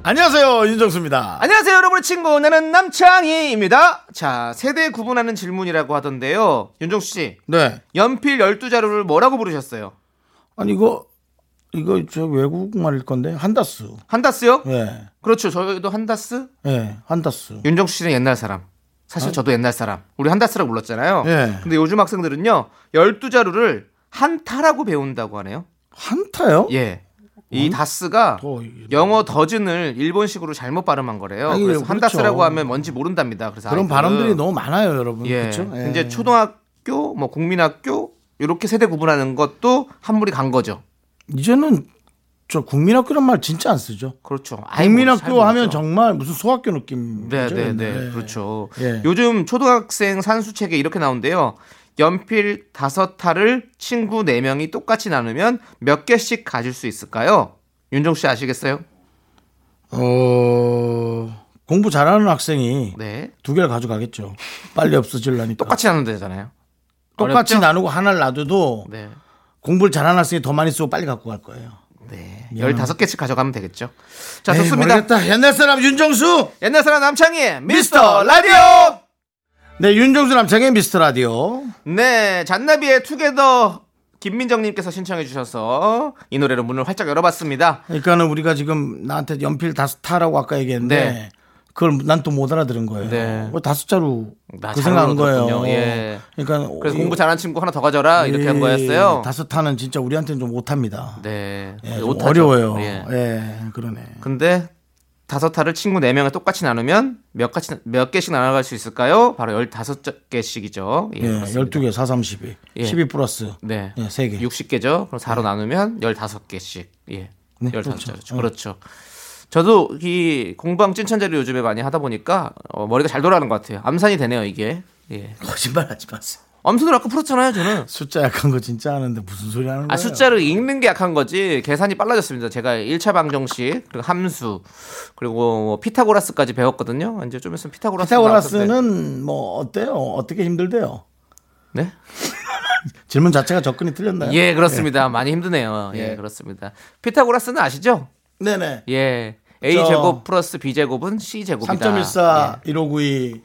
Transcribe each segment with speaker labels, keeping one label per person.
Speaker 1: 안녕하세요 윤정수입니다.
Speaker 2: 안녕하세요, 여러분의 친구. 나는 남창희입니다. 자, 세대 구분하는 질문이라고 하던데요. 윤종수 씨,
Speaker 1: 네.
Speaker 2: 연필 12자루를 뭐라고 부르셨어요?
Speaker 1: 아니 이거 이거 저 외국 말일 건데 한다스.
Speaker 2: 한다스요?
Speaker 1: 예.
Speaker 2: 그렇죠. 저희도 한다스?
Speaker 1: 예. 한다스.
Speaker 2: 윤종수 씨는 옛날 사람. 사실 저도 옛날 사람. 우리 한다스라고 불렀잖아요.
Speaker 1: 아. 예.
Speaker 2: 근데 요즘 학생들은요, 12자루를 한타라고 배운다고 하네요.
Speaker 1: 한타요?
Speaker 2: 예. 이 다스가
Speaker 1: 음? 더 이런-
Speaker 2: 영어 더즌을 일본식으로 잘못 발음한 거래요.
Speaker 1: 아니,
Speaker 2: 그래서
Speaker 1: 그렇죠.
Speaker 2: 한다스라고 하면 뭔지 모른답니다. 그래서
Speaker 1: 그런
Speaker 2: 아이들은-
Speaker 1: 발언들이 너무 많아요, 여러분.
Speaker 2: 예.
Speaker 1: 그렇죠? 예.
Speaker 2: 이제 초등학교, 뭐 국민학교 이렇게 세대 구분하는 것도 한물이 간 거죠.
Speaker 1: 이제는 저 국민학교란 말 진짜 안 쓰죠.
Speaker 2: 그렇죠. 아예 모르-
Speaker 1: 국민학교
Speaker 2: 잘
Speaker 1: 하면
Speaker 2: 모르죠.
Speaker 1: 정말 무슨 소학교 느낌.
Speaker 2: 네, 네, 네, 그렇죠.
Speaker 1: 예.
Speaker 2: 요즘 초등학생 산수책에 이렇게 나온대요. 연필 다섯 타를 친구 네 명이 똑같이 나누면 몇 개씩 가질 수 있을까요? 윤종 씨 아시겠어요?
Speaker 1: 어 공부 잘하는 학생이
Speaker 2: 네.
Speaker 1: 두 개를 가져가겠죠. 빨리 없어질라니까.
Speaker 2: 똑같이 나눈다잖아요.
Speaker 1: 똑같이
Speaker 2: 어렵죠?
Speaker 1: 나누고 하나를 놔둬도
Speaker 2: 네.
Speaker 1: 공부를 잘하는 학생이 더 많이 쓰고 빨리 갖고 갈 거예요.
Speaker 2: 네. 15개씩 가져가면 되겠죠. 자,
Speaker 1: 에이,
Speaker 2: 좋습니다.
Speaker 1: 모르겠다. 옛날 사람 윤정수.
Speaker 2: 옛날 사람 남창희 미스터 라디오!
Speaker 1: 네, 윤정수 남창의 미스터 라디오.
Speaker 2: 네, 잔나비의 투게더 김민정님께서 신청해 주셔서 이 노래로 문을 활짝 열어봤습니다.
Speaker 1: 그러니까는 우리가 지금 나한테 연필 다섯 타라고 아까 얘기했는데
Speaker 2: 네.
Speaker 1: 그걸 난 또 못 알아들은 거예요.
Speaker 2: 네.
Speaker 1: 뭐 다섯 자루
Speaker 2: 나
Speaker 1: 그
Speaker 2: 자루로
Speaker 1: 생각한 거예요.
Speaker 2: 들었군요. 예.
Speaker 1: 그러니까
Speaker 2: 그래서
Speaker 1: 이-
Speaker 2: 공부 잘하는 친구 하나 더 가져라 이렇게 한
Speaker 1: 이
Speaker 2: 거였어요.
Speaker 1: 예. 다섯 타는 진짜 우리한테는 좀 못합니다.
Speaker 2: 네,
Speaker 1: 예, 좀
Speaker 2: 못하죠.
Speaker 1: 어려워요.
Speaker 2: 예.
Speaker 1: 예. 그러네.
Speaker 2: 근데 다섯 타를 친구 네 명이 똑같이 나누면 몇 가지 몇 개씩 나눠갈 수 있을까요? 바로 열다섯 개씩이죠. 예,
Speaker 1: 예,
Speaker 2: 그렇습니다.
Speaker 1: 12개, 4, 32.
Speaker 2: 예.
Speaker 1: 12 플러스.
Speaker 2: 네.
Speaker 1: 예, 세 개.
Speaker 2: 60개죠. 그럼 4로 나누면 15개씩. 예.
Speaker 1: 네,
Speaker 2: 15개.
Speaker 1: 그렇죠.
Speaker 2: 죠 그렇죠. 저도 이 공방 찐천재를 요즘에 많이 하다 보니까 어, 머리가 잘 돌아가는 것 같아요. 암산이 되네요, 이게. 예.
Speaker 1: 거짓말 하지 마세요.
Speaker 2: 암산을 아까 풀었잖아요, 저는.
Speaker 1: 숫자 약한 거 진짜 하는데 무슨 소리 하는 거예요?
Speaker 2: 아, 숫자를 읽는 게 약한 거지 계산이 빨라졌습니다. 제가 1차 방정식, 그리고 함수, 그리고 뭐 피타고라스까지 배웠거든요. 아, 이제 좀 있으면 피타고라스 나올 텐데.
Speaker 1: 피타고라스는 뭐 어때요? 어떻게 힘들대요?
Speaker 2: 네?
Speaker 1: 질문 자체가 접근이 틀렸나요?
Speaker 2: 예, 그렇습니다. 많이 힘드네요. 예,
Speaker 1: 예.
Speaker 2: 그렇습니다. 피타고라스는 아시죠?
Speaker 1: 네네.
Speaker 2: 예. A
Speaker 1: 저-
Speaker 2: 제곱 플러스 B 제곱은 C 제곱이다.
Speaker 1: 3.14 1592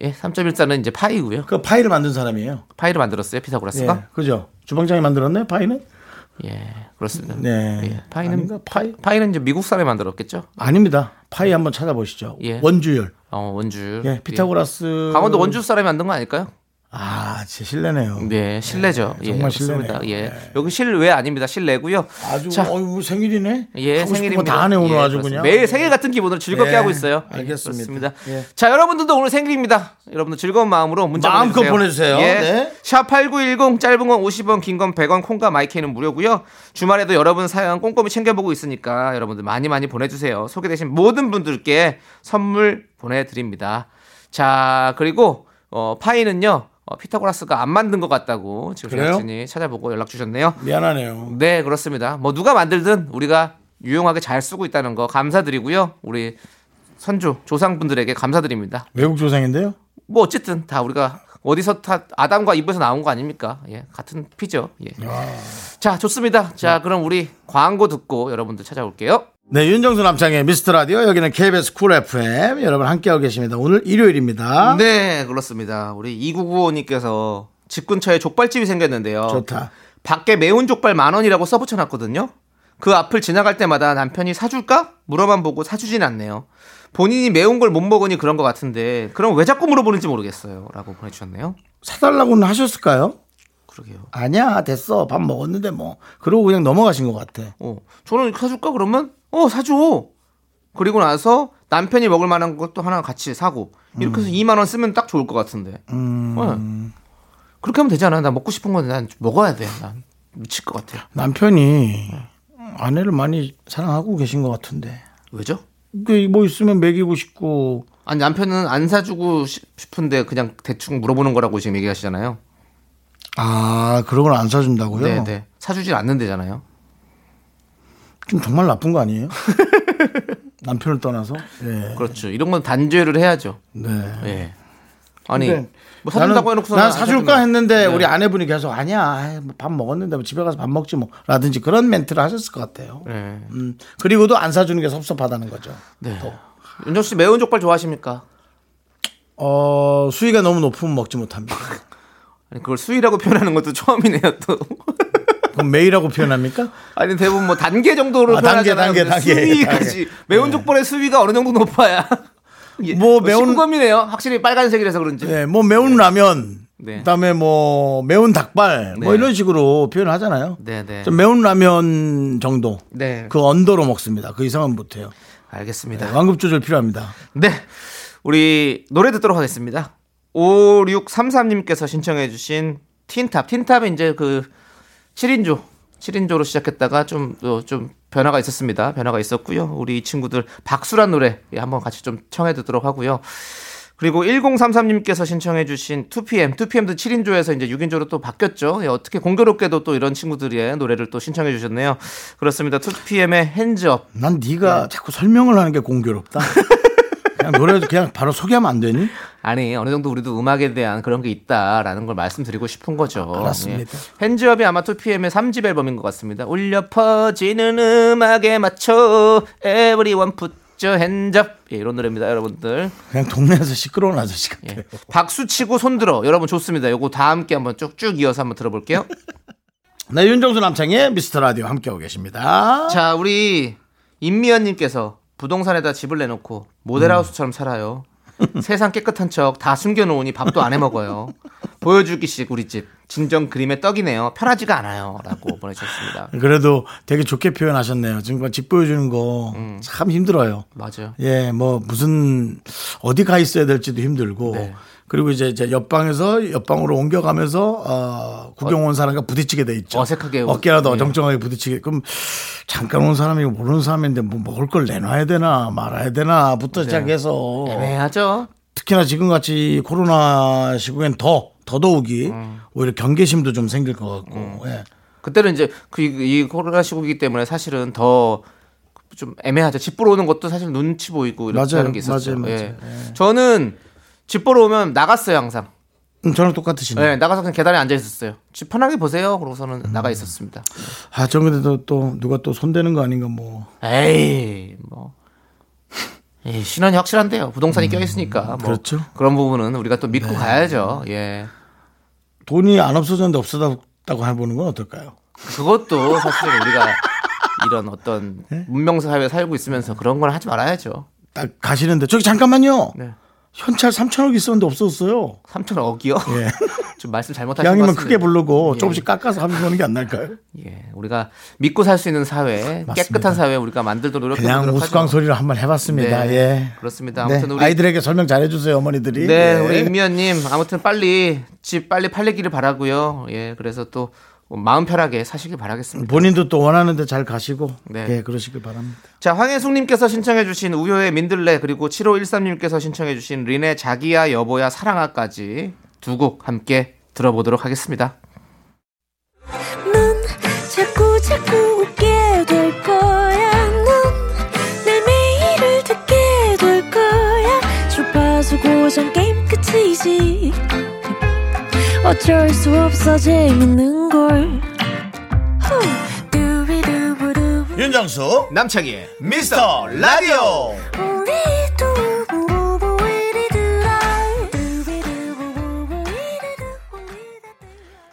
Speaker 2: 예, 3.14는 이제 파이고요.
Speaker 1: 그 파이를 만든 사람이에요.
Speaker 2: 파이를 만들었어요,
Speaker 1: 예.
Speaker 2: 피타고라스가.
Speaker 1: 그죠? 주방장이 만들었나요? 파이는?
Speaker 2: 예, 그렇습니다.
Speaker 1: 네.
Speaker 2: 예, 파이는
Speaker 1: 아닌가? 파이?
Speaker 2: 파이는 이제 미국 사람이 만들었겠죠.
Speaker 1: 아닙니다. 파이 한번 찾아보시죠.
Speaker 2: 예.
Speaker 1: 원주열.
Speaker 2: 어, 원주.
Speaker 1: 예. 피타고라스
Speaker 2: 예. 강원도 원주 사람이 만든 거 아닐까요?
Speaker 1: 아, 제 실례네요.
Speaker 2: 네, 실내죠.
Speaker 1: 네,
Speaker 2: 예,
Speaker 1: 정말
Speaker 2: 그렇습니다.
Speaker 1: 실내네요.
Speaker 2: 예.
Speaker 1: 네.
Speaker 2: 여기 실외 아닙니다. 실내고요.
Speaker 1: 아주
Speaker 2: 자,
Speaker 1: 어이 뭐 생일이네.
Speaker 2: 예,
Speaker 1: 하고 싶은
Speaker 2: 생일입니다.
Speaker 1: 거다 하네 오늘
Speaker 2: 예,
Speaker 1: 아주 그냥.
Speaker 2: 그렇습니다. 매일 생일 같은 기분으로 즐겁게
Speaker 1: 예,
Speaker 2: 하고 있어요. 예,
Speaker 1: 알겠습니다.
Speaker 2: 그렇습니다.
Speaker 1: 예.
Speaker 2: 자, 여러분들도 오늘 생일입니다. 여러분들 즐거운 마음으로 문자
Speaker 1: 마음껏 보내주세요.
Speaker 2: 예.
Speaker 1: 네.
Speaker 2: 샵8910 짧은 건 50원, 긴 건 100원, 콩과 마이크는 무료고요. 주말에도 여러분 사연 꼼꼼히 챙겨보고 있으니까 여러분들 많이 많이 보내주세요. 소개되신 모든 분들께 선물 보내드립니다. 자, 그리고 어, 파이는요. 어, 피타고라스가 안 만든 것 같다고 지금
Speaker 1: 그래요?
Speaker 2: 제작진이 찾아보고 연락 주셨네요.
Speaker 1: 미안하네요.
Speaker 2: 네, 그렇습니다. 뭐 누가 만들든 우리가 유용하게 잘 쓰고 있다는 거 감사드리고요. 우리 선조 조상분들에게 감사드립니다.
Speaker 1: 외국 조상인데요.
Speaker 2: 뭐 어쨌든 다 우리가 어디서 다 아담과 이브에서 나온 거 아닙니까? 예, 같은 피죠. 예.
Speaker 1: 아.
Speaker 2: 자, 좋습니다. 자, 그럼 우리 광고 듣고 여러분들 찾아올게요.
Speaker 1: 네, 윤정수 남창의 미스터 라디오 여기는 KBS 쿨 FM 여러분 함께하고 계십니다. 오늘 일요일입니다.
Speaker 2: 네, 그렇습니다. 우리 2995님께서 집 근처에 족발집이 생겼는데요.
Speaker 1: 좋다.
Speaker 2: 밖에 매운 족발 만 원이라고 써붙여놨거든요. 그 앞을 지나갈 때마다 남편이 사줄까? 물어만 보고 사주진 않네요. 본인이 매운 걸 못 먹으니 그런 것 같은데 그럼 왜 자꾸 물어보는지 모르겠어요. 라고 보내주셨네요.
Speaker 1: 사달라고는 하셨을까요?
Speaker 2: 그러게요.
Speaker 1: 아니야 됐어 밥 먹었는데 뭐 그러고 그냥 넘어가신 것 같아.
Speaker 2: 어, 저는 사줄까? 그러면 어 사줘. 그리고 나서 남편이 먹을 만한 것도 하나 같이 사고 이렇게 해서 2만 원 쓰면 딱 좋을 것 같은데. 네. 그렇게 하면 되잖아. 나 먹고 싶은 건데 난 먹어야 돼. 난 미칠 것 같아요.
Speaker 1: 남편이 아내를 많이 사랑하고 계신 것 같은데
Speaker 2: 왜죠?
Speaker 1: 그 뭐 있으면 먹이고 싶고
Speaker 2: 아니 남편은 안 사주고 시- 싶은데 그냥 대충 물어보는 거라고 지금 얘기하시잖아요.
Speaker 1: 아 그런 걸 안 사준다고요?
Speaker 2: 네, 네. 사주질 않는데잖아요.
Speaker 1: 좀 정말 나쁜 거 아니에요? 남편을 떠나서 예.
Speaker 2: 그렇죠. 이런 건 단죄를 해야죠.
Speaker 1: 네.
Speaker 2: 예. 아니
Speaker 1: 근데
Speaker 2: 뭐 사준다고
Speaker 1: 나는-
Speaker 2: 해놓고서
Speaker 1: 난 사줄까
Speaker 2: 네.
Speaker 1: 했는데 우리 아내분이 계속 아니야 아이, 뭐밥 먹었는데 뭐 집에 가서 밥 먹지 뭐 라든지 그런 멘트를 하셨을 것 같아요.
Speaker 2: 네.
Speaker 1: 음, 그리고도 안 사주는 게 섭섭하다는 거죠.
Speaker 2: 네. 윤정 씨 매운 족발 좋아하십니까?
Speaker 1: 어 수위가 너무 높으면 먹지 못합니다.
Speaker 2: 아니 그걸 수위라고 표현하는 것도 처음이네요 또.
Speaker 1: 그럼 매이라고 표현합니까?
Speaker 2: 아니 대부분 뭐 단계 정도로
Speaker 1: 아, 단계,
Speaker 2: 표현하잖아요.
Speaker 1: 단계, 단계,
Speaker 2: 근데
Speaker 1: 네.
Speaker 2: 수위까지 매운 족발의 수위가 어느 정도 높아야. 예.
Speaker 1: 뭐 매운-
Speaker 2: 식구범이네요. 확실히 빨간색이라서 그런지.
Speaker 1: 네, 뭐 매운 라면,
Speaker 2: 네.
Speaker 1: 그다음에 뭐 매운 닭발, 뭐
Speaker 2: 네.
Speaker 1: 이런 식으로 표현하잖아요.
Speaker 2: 네, 네.
Speaker 1: 좀 매운 라면 정도,
Speaker 2: 네.
Speaker 1: 그 언더로 먹습니다. 그 이상은 못해요. 네,
Speaker 2: 알겠습니다.
Speaker 1: 완급 조절 필요합니다.
Speaker 2: 네. 우리 노래 듣도록 하겠습니다. 5633님께서 신청해주신 틴탑. 틴탑이 이제 그 7인조. 7인조로 시작했다가 좀, 어, 좀 변화가 있었습니다. 변화가 있었고요. 우리 이 친구들 박수란 노래 예, 한번 같이 좀 청해 듣도록 하고요. 그리고 1033님께서 신청해주신 2PM, 2PM도 7인조에서 이제 6인조로 또 바뀌었죠. 예, 어떻게 공교롭게도 또 이런 친구들의 노래를 또 신청해주셨네요. 그렇습니다. 2PM의 핸즈업.
Speaker 1: 난 네가 자꾸 설명을 하는 게 공교롭다. 그냥 노래 그냥 바로 소개하면 안 되니?
Speaker 2: 아니 어느 정도 우리도 음악에 대한 그런 게 있다라는 걸 말씀드리고 싶은 거죠.
Speaker 1: 아, 그렇습니다.
Speaker 2: 예. 핸즈업이 아마 2PM의 3집 앨범인 것 같습니다. 울려 퍼지는 음악에 맞춰 everyone put your hands up 예, 이런 노래입니다, 여러분들.
Speaker 1: 그냥 동네에서 시끄러운 아저씨 같아.
Speaker 2: 예. 박수 치고 손들어. 여러분 좋습니다. 요거 다 함께 한번 쭉쭉 이어서 한번 들어볼게요.
Speaker 1: 네, 윤정수 남창의 미스터 라디오 함께하고 계십니다.
Speaker 2: 자, 우리 임미연님께서 부동산에다 집을 내놓고 모델하우스처럼 살아요. 세상 깨끗한 척 다 숨겨놓으니 밥도 안 해먹어요. 보여주기식 우리 집 진정 그림의 떡이네요. 편하지가 않아요.라고 보내주셨습니다.
Speaker 1: 그래도 되게 좋게 표현하셨네요. 지금 그 집 보여주는 거
Speaker 2: 음.
Speaker 1: 참 힘들어요.
Speaker 2: 맞아요.
Speaker 1: 예, 뭐 무슨 어디 가 있어야 될지도 힘들고
Speaker 2: 네.
Speaker 1: 그리고 이제, 이제 옆방에서 옆방으로 옮겨가면서 어, 구경 온 사람과 부딪히게 돼 있죠.
Speaker 2: 어색하게 예.
Speaker 1: 어깨라도
Speaker 2: 오-
Speaker 1: 어정쩡하게 부딪히게. 그럼 잠깐 온 사람이 모르는 사람인데 뭐 먹을 걸 내놔야 되나 말아야
Speaker 2: 네.
Speaker 1: 되나부터 시작해서
Speaker 2: 애매하죠.
Speaker 1: 특히나 지금 같이 코로나 시국엔 더 더더욱이
Speaker 2: 음.
Speaker 1: 오히려 경계심도 좀 생길 것 같고. 예.
Speaker 2: 그때는 이제 그 이 코로나 시국이기 때문에 사실은 더 좀 애매하죠. 집 보러 오는 것도 사실 눈치 보이고 이렇게
Speaker 1: 맞아요.
Speaker 2: 하는 게 있었죠.
Speaker 1: 맞아요. 맞아요.
Speaker 2: 예. 저는 집 보러 오면 나갔어요 항상.
Speaker 1: 음, 저랑 똑같으시네요. 음.
Speaker 2: 네, 나가서 그냥 계단에 앉아 있었어요. 집 편하게 보세요. 그러고서는 나가 있었습니다.
Speaker 1: 아, 전 근데 또, 또 누가 또 손대는 거 아닌가 뭐.
Speaker 2: 에이, 뭐. 에이, 신원이 확실한데요. 부동산이 껴있으니까. 뭐
Speaker 1: 음. 그렇죠. 네.
Speaker 2: 그런 부분은 우리가 또 믿고 가야죠. 예.
Speaker 1: 돈이 안 없어졌는데 없어졌다고 해보는 건 어떨까요?
Speaker 2: 그것도 사실 우리가 이런 어떤
Speaker 1: 네?
Speaker 2: 문명사회에 살고 있으면서 그런 걸 하지 말아야죠.
Speaker 1: 딱 가시는데 저기 잠깐만요.
Speaker 2: 네.
Speaker 1: 현찰 3천억 있었는데 없어졌어요.
Speaker 2: 3천억이요?
Speaker 1: 예. 그
Speaker 2: 좀 말씀 잘못하신 것
Speaker 1: 양이면
Speaker 2: 같습니다.
Speaker 1: 크게 부르고
Speaker 2: 예.
Speaker 1: 조금씩 깎아서 하면 보는 게 안 날까요?
Speaker 2: 예. 우리가 믿고 살 수 있는 사회, 깨끗한 사회 우리가 만들도록 노력해
Speaker 1: 그냥
Speaker 2: 보도록
Speaker 1: 우스꽝
Speaker 2: 하죠.
Speaker 1: 소리를 한번 해봤습니다.
Speaker 2: 네.
Speaker 1: 예.
Speaker 2: 그렇습니다. 아무튼
Speaker 1: 네.
Speaker 2: 우리-
Speaker 1: 아이들에게 설명 잘해주세요, 어머니들이.
Speaker 2: 네,
Speaker 1: 예.
Speaker 2: 우리 임미연님 아무튼 빨리 집 빨리 팔리기를 바라고요. 예, 그래서 또 마음 편하게 사시길 바라겠습니다.
Speaker 1: 본인도 또 원하는데 잘 가시고
Speaker 2: 네.
Speaker 1: 예, 그러시길 바랍니다.
Speaker 2: 자, 황혜숙님께서 신청해주신 우효의 민들레 그리고 7513님께서 신청해주신 린의 자기야 여보야 사랑아까지 두 곡 함께 들어보도록 하겠습니다.
Speaker 3: 넌 자꾸 자꾸 웃게 될 거야. 넌내 매일을 듣게 될 거야. 주파수 고정 게임 끝이지. 어쩔 수 없어 재밌는 걸. 후. 두비두부두부.
Speaker 1: 윤정수
Speaker 2: 남창희의
Speaker 1: 미스터 라디오
Speaker 3: 우리 두부부부 우리 두라. 두비두부부부 우리 두부 우리 두라.